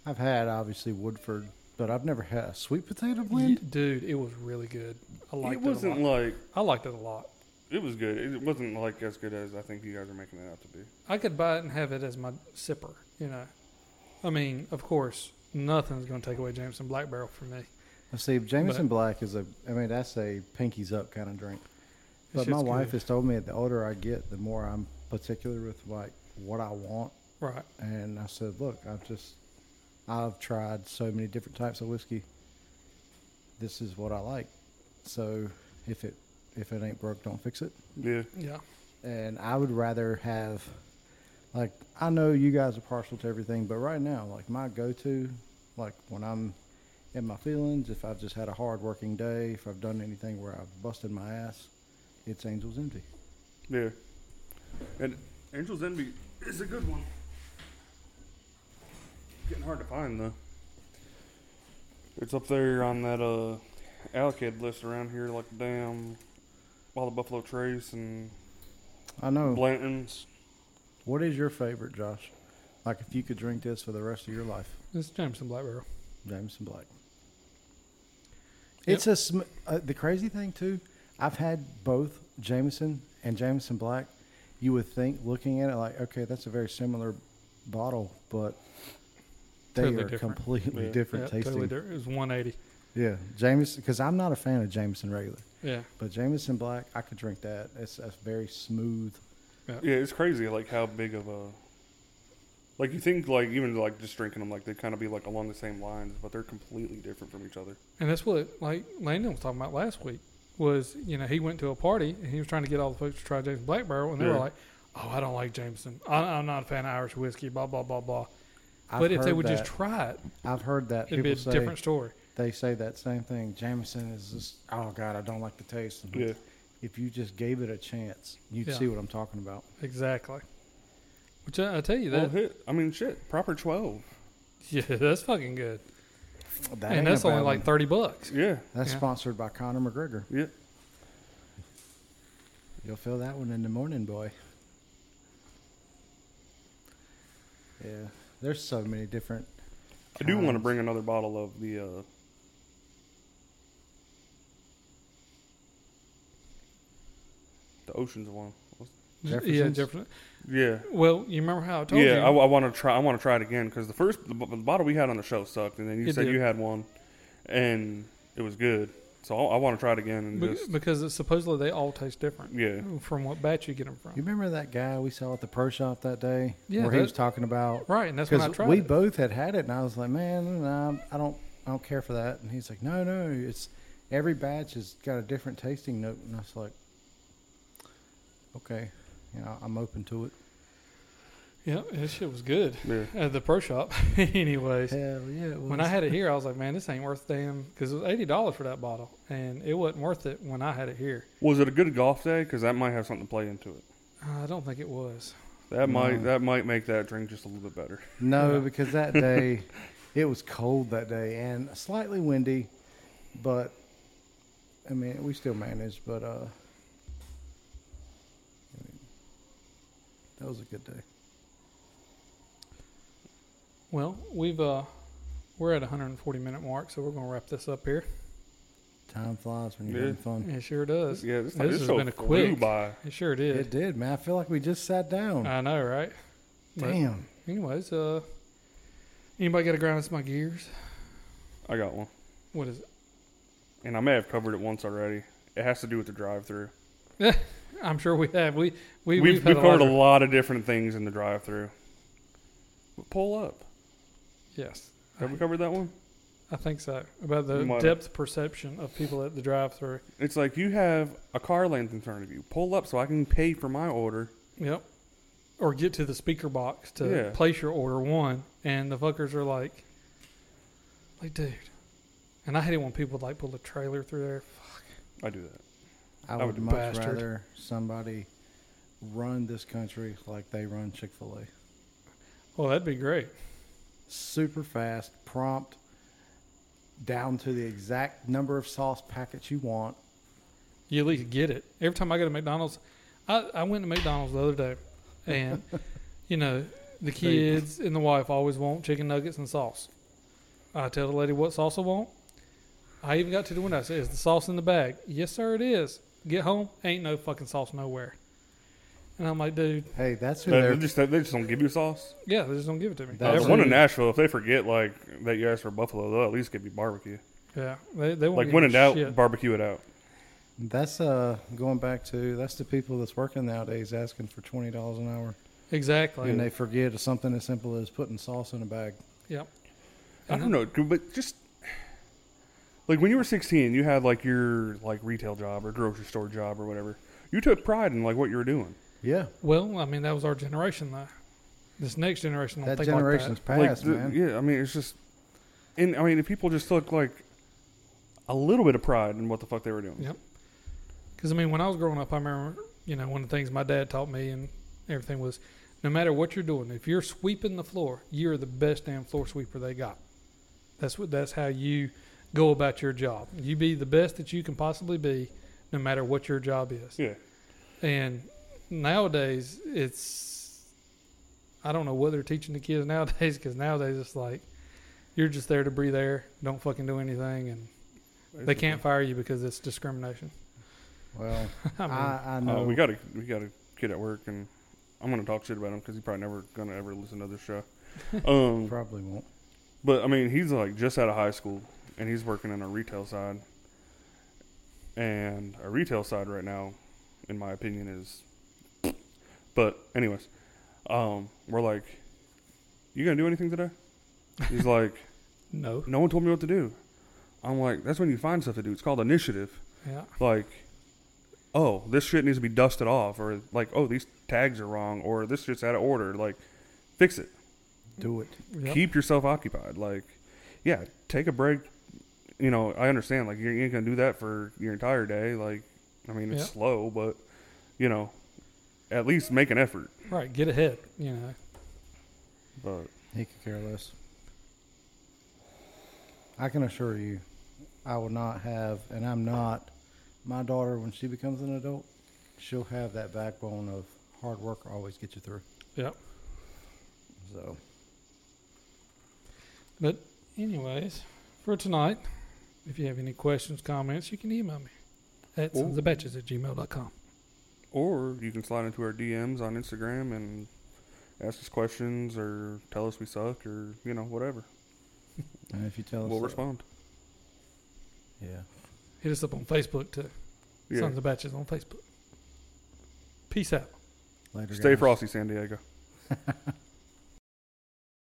Speaker 2: I've had obviously Woodford, but I've never had a sweet potato
Speaker 1: Ye-
Speaker 2: blend.
Speaker 1: dude, it was really good. I liked
Speaker 4: It
Speaker 1: it, a
Speaker 4: wasn't
Speaker 1: lot.
Speaker 4: like
Speaker 1: I liked it a lot.
Speaker 4: It was good. It wasn't like as good as I think you guys are making it out to be.
Speaker 1: I could buy it and have it as my sipper, you know. I mean, of course, nothing's going to take away Jameson Black Barrel for me.
Speaker 2: Let's see, Jameson Black is a, I mean, that's a pinkies up kind of drink.
Speaker 1: That
Speaker 2: But my
Speaker 1: shit's
Speaker 2: wife
Speaker 1: good.
Speaker 2: has told me that the older I get, the more I'm particular with like what I want.
Speaker 1: Right.
Speaker 2: And I said, look, I've just, I've tried so many different types of whiskey. This is what I like. So if it, if it ain't broke, don't fix it.
Speaker 4: Yeah.
Speaker 1: Yeah.
Speaker 2: and I would rather have like I know you guys are partial to everything, but right now, like my go-to, like when I'm in my feelings, if I've just had a hard working day, if I've done anything where I've busted my ass, it's Angel's Envy.
Speaker 4: Yeah. And Angel's Envy is a good one. Getting hard to find though. It's up there on that uh Alkid list around here like the damn all the Buffalo Trace and
Speaker 2: I know.
Speaker 4: Blanton's.
Speaker 2: What is your favorite, Josh? Like if you could drink this for the rest of your life,
Speaker 1: It's Jameson Black Barrel.
Speaker 2: Jameson Black. It's a sm- uh, the crazy thing too. I've had both Jameson and Jameson Black. You would think looking at it like, okay, that's a very similar bottle, but they
Speaker 1: Totally
Speaker 2: are
Speaker 1: different.
Speaker 2: completely
Speaker 4: Yeah.
Speaker 2: different
Speaker 1: Yeah,
Speaker 2: tasting.
Speaker 1: totally different. It was 180.
Speaker 2: Yeah, Jameson because I'm not a fan of Jameson regular,
Speaker 1: Yeah.
Speaker 2: but Jameson Black, I could drink that. It's that's very smooth.
Speaker 4: Yeah, it's crazy like how big of a like you think like even like just drinking them like they kind of be like along the same lines, but they're completely different from each other.
Speaker 1: And that's what like Landon was talking about last week was you know he went to a party and he was trying to get all the folks to try Jameson Black Barrel and they were
Speaker 4: Yeah.
Speaker 1: like, oh I don't like Jameson. I, I'm not a fan of Irish whiskey. Blah blah blah blah.
Speaker 2: I've
Speaker 1: but if they
Speaker 2: heard
Speaker 1: would
Speaker 2: that,
Speaker 1: just try it,
Speaker 2: I've heard that
Speaker 1: it'd be
Speaker 2: people
Speaker 1: a
Speaker 2: say
Speaker 1: different story.
Speaker 2: they say that same thing. Jameson is just oh god, I don't like the taste. And
Speaker 4: Yeah.
Speaker 2: If you just gave it a chance, you'd
Speaker 1: Yeah.
Speaker 2: see what I'm talking about.
Speaker 1: Exactly. Which I, I tell you
Speaker 4: Well,
Speaker 1: that
Speaker 4: Oh, hit. I mean, shit. Proper twelve.
Speaker 1: yeah that's fucking good.
Speaker 2: That ain't
Speaker 1: and
Speaker 2: a
Speaker 1: that's only
Speaker 2: bad
Speaker 1: like
Speaker 2: one.
Speaker 1: thirty bucks.
Speaker 4: Yeah.
Speaker 2: That's
Speaker 1: yeah.
Speaker 2: sponsored by Conor McGregor.
Speaker 4: Yeah.
Speaker 2: You'll feel that one in the morning, boy. Yeah, there's so many different.
Speaker 4: I do want to
Speaker 2: kinds.
Speaker 4: bring another bottle of the. Uh, the oceans one. What's-
Speaker 1: Yeah,
Speaker 2: Jefferson's?
Speaker 1: Jefferson.
Speaker 4: Yeah,
Speaker 1: Well, you remember how I told
Speaker 4: yeah.
Speaker 1: you?
Speaker 4: I, want to try. I want to try it again because the first the, b- the bottle we had on the show sucked, and then you
Speaker 1: It
Speaker 4: said
Speaker 1: did.
Speaker 4: you had one, and it was good. So I, I want to try it again and
Speaker 1: Be-
Speaker 4: just
Speaker 1: because it's supposedly they all taste different
Speaker 4: yeah,
Speaker 1: from what batch you get them
Speaker 2: You
Speaker 1: from.
Speaker 2: remember that guy we saw at the pro shop that day?
Speaker 1: Yeah,
Speaker 2: where
Speaker 1: that-
Speaker 2: he was talking about
Speaker 1: Right, and that's when I
Speaker 2: because
Speaker 1: tried.
Speaker 2: we
Speaker 1: it.
Speaker 2: both had had it, and I was like, man, nah, I don't, I don't care for that. And he's like, no, no, it's every batch has got a different tasting note, and I was like, okay, you know, I'm open to it.
Speaker 1: yeah, this shit was good.
Speaker 4: yeah.
Speaker 1: At the pro shop, anyways.
Speaker 2: Hell yeah! It was.
Speaker 1: When I had it here, I was like, man, this ain't worth damn because it was eighty dollars for that bottle, and it wasn't worth it when I had it here.
Speaker 4: Was it a good golf day? Because that might have something to play into it.
Speaker 1: Uh, I don't think it was.
Speaker 4: That
Speaker 2: No.
Speaker 4: might that might make that drink just a little bit better.
Speaker 2: no, because that day it was cold that day and slightly windy, but I mean we still managed. But uh, I mean, that was a good day.
Speaker 1: Well, we've uh, we're at a hundred and forty minute mark, so we're gonna wrap this up here.
Speaker 2: Time flies when you're
Speaker 4: Yeah.
Speaker 2: having fun.
Speaker 1: It sure does.
Speaker 4: Yeah, this,
Speaker 1: This
Speaker 4: this
Speaker 1: has
Speaker 4: show
Speaker 1: been a
Speaker 4: flew
Speaker 1: quick-
Speaker 4: by.
Speaker 1: It sure did.
Speaker 2: It did, man. I feel like we just sat down.
Speaker 1: I know, right? But
Speaker 2: Damn.
Speaker 1: anyways, uh, anybody got to grind some of my gears?
Speaker 4: I got one.
Speaker 1: What is it?
Speaker 4: and I may have covered it once already. It has to do with the drive-through.
Speaker 1: I'm sure we have. We we
Speaker 4: We,
Speaker 1: we've,
Speaker 4: we've
Speaker 1: had
Speaker 4: we've covered a
Speaker 1: of-
Speaker 4: lot of different things in the drive-through. But pull up.
Speaker 1: Yes,
Speaker 4: Have we covered that one?
Speaker 1: I think so. About the
Speaker 4: We might have.
Speaker 1: depth perception of people at the drive-through.
Speaker 4: It's like you have a car length in front of you. Pull up so I can pay for my order.
Speaker 1: Yep. Or get to the speaker box to
Speaker 4: Yeah.
Speaker 1: place your order one, and the fuckers are like, like, dude. And I hate it when people like pull a trailer through there.
Speaker 4: I do that.
Speaker 2: I
Speaker 4: that
Speaker 2: would
Speaker 4: was
Speaker 2: much
Speaker 1: bastard.
Speaker 2: rather somebody run this country like they run Chick Fil A.
Speaker 1: Well, that'd be great.
Speaker 2: super fast, prompt, down to the exact number of sauce packets you want.
Speaker 1: you at least get it. Every time I go to McDonald's, I, I went to McDonald's the other day, and you know the kids and the wife always want chicken nuggets and sauce. I tell the lady what sauce I want. I even got to the window. I said, "Is the sauce in the bag?" Yes, sir, it is. Get home, ain't no fucking sauce nowhere. And I'm like, dude,
Speaker 2: Hey, that's who
Speaker 4: They,
Speaker 2: they're.
Speaker 4: they just, they just don't give you sauce.
Speaker 1: yeah, they just don't give it to me.
Speaker 4: Uh,
Speaker 2: That's
Speaker 4: the one in
Speaker 2: who-
Speaker 4: Nashville, if they forget like that you asked for buffalo, they'll at least give you barbecue.
Speaker 1: yeah, they, they won't
Speaker 4: Like
Speaker 1: give
Speaker 4: when
Speaker 1: me
Speaker 4: in doubt,
Speaker 1: shit.
Speaker 4: barbecue it out.
Speaker 2: That's uh going back to that's the people that's working nowadays asking for twenty dollars an hour,
Speaker 1: exactly.
Speaker 2: and they forget something as simple as putting sauce in a bag.
Speaker 1: yep.
Speaker 4: I don't know, but just like when you were 16, you had like your like retail job or grocery store job or whatever. You took pride in like what you were doing.
Speaker 2: Yeah,
Speaker 1: Well, I mean, that was our generation, though. This next generation don't
Speaker 2: that
Speaker 1: think like that.
Speaker 2: generation's
Speaker 4: Like,
Speaker 2: past,
Speaker 4: the-
Speaker 2: man.
Speaker 4: yeah, I mean, it's just, and I mean, if people just took like a little bit of pride in what the fuck they were doing.
Speaker 1: Yep. Because I mean, when I was growing up, I remember you know one of the things my dad taught me and everything was, no matter what you're doing, if you're sweeping the floor, you're the best damn floor sweeper they got. That's what. That's how you go about your job. You be the best that you can possibly be, no matter what your job is.
Speaker 4: Yeah.
Speaker 1: And nowadays, it's I don't know what they're teaching the kids nowadays because nowadays it's like you're just there to breathe air, don't fucking do anything, and they can't fire you because it's discrimination.
Speaker 2: Well,
Speaker 1: I mean,
Speaker 2: I, I know
Speaker 4: Uh, we got a we got a kid at work, and I'm gonna talk shit about him because he probably never gonna ever listen to this show. Um,
Speaker 2: probably won't.
Speaker 4: But I mean, he's like just out of high school, and he's working on a retail side. And a retail side right now, in my opinion, is. But anyways, um, we're like, "You gonna do anything today?" He's like,
Speaker 1: no.
Speaker 4: "No one told me what to do." I'm like, "That's when you find stuff to do. It's called initiative."
Speaker 1: Yeah.
Speaker 4: Like, oh, this shit needs to be dusted off, or like, oh, these tags are wrong, or this shit's out of order. Like, fix it.
Speaker 2: Do it.
Speaker 1: Yep.
Speaker 4: keep yourself occupied. Like, yeah, take a break. You know, I understand. Like, you ain't gonna do that for your entire day. Like, I mean, it's
Speaker 1: Yeah.
Speaker 4: slow, but you know, at least make an effort.
Speaker 1: right. Get ahead. You know.
Speaker 4: But
Speaker 2: He could care less. I can assure you, I will not have, and I'm not. My daughter, when she becomes an adult, she'll have that backbone of hard work always gets you through.
Speaker 1: Yep.
Speaker 2: So
Speaker 1: But anyways, for tonight, if you have any questions, comments, you can email me at
Speaker 4: Ooh.
Speaker 1: sonsofbatches at gmail.com.
Speaker 4: or you can slide into our DMs on Instagram and ask us questions or tell us we suck or you know whatever.
Speaker 2: and if you tell us,
Speaker 4: We'll
Speaker 2: that-
Speaker 4: respond.
Speaker 2: Yeah.
Speaker 1: Hit us up on Facebook too.
Speaker 4: Yeah.
Speaker 1: Sons of Batches on Facebook. Peace out.
Speaker 2: Later.
Speaker 4: Stay
Speaker 2: guys.
Speaker 4: frosty, San Diego.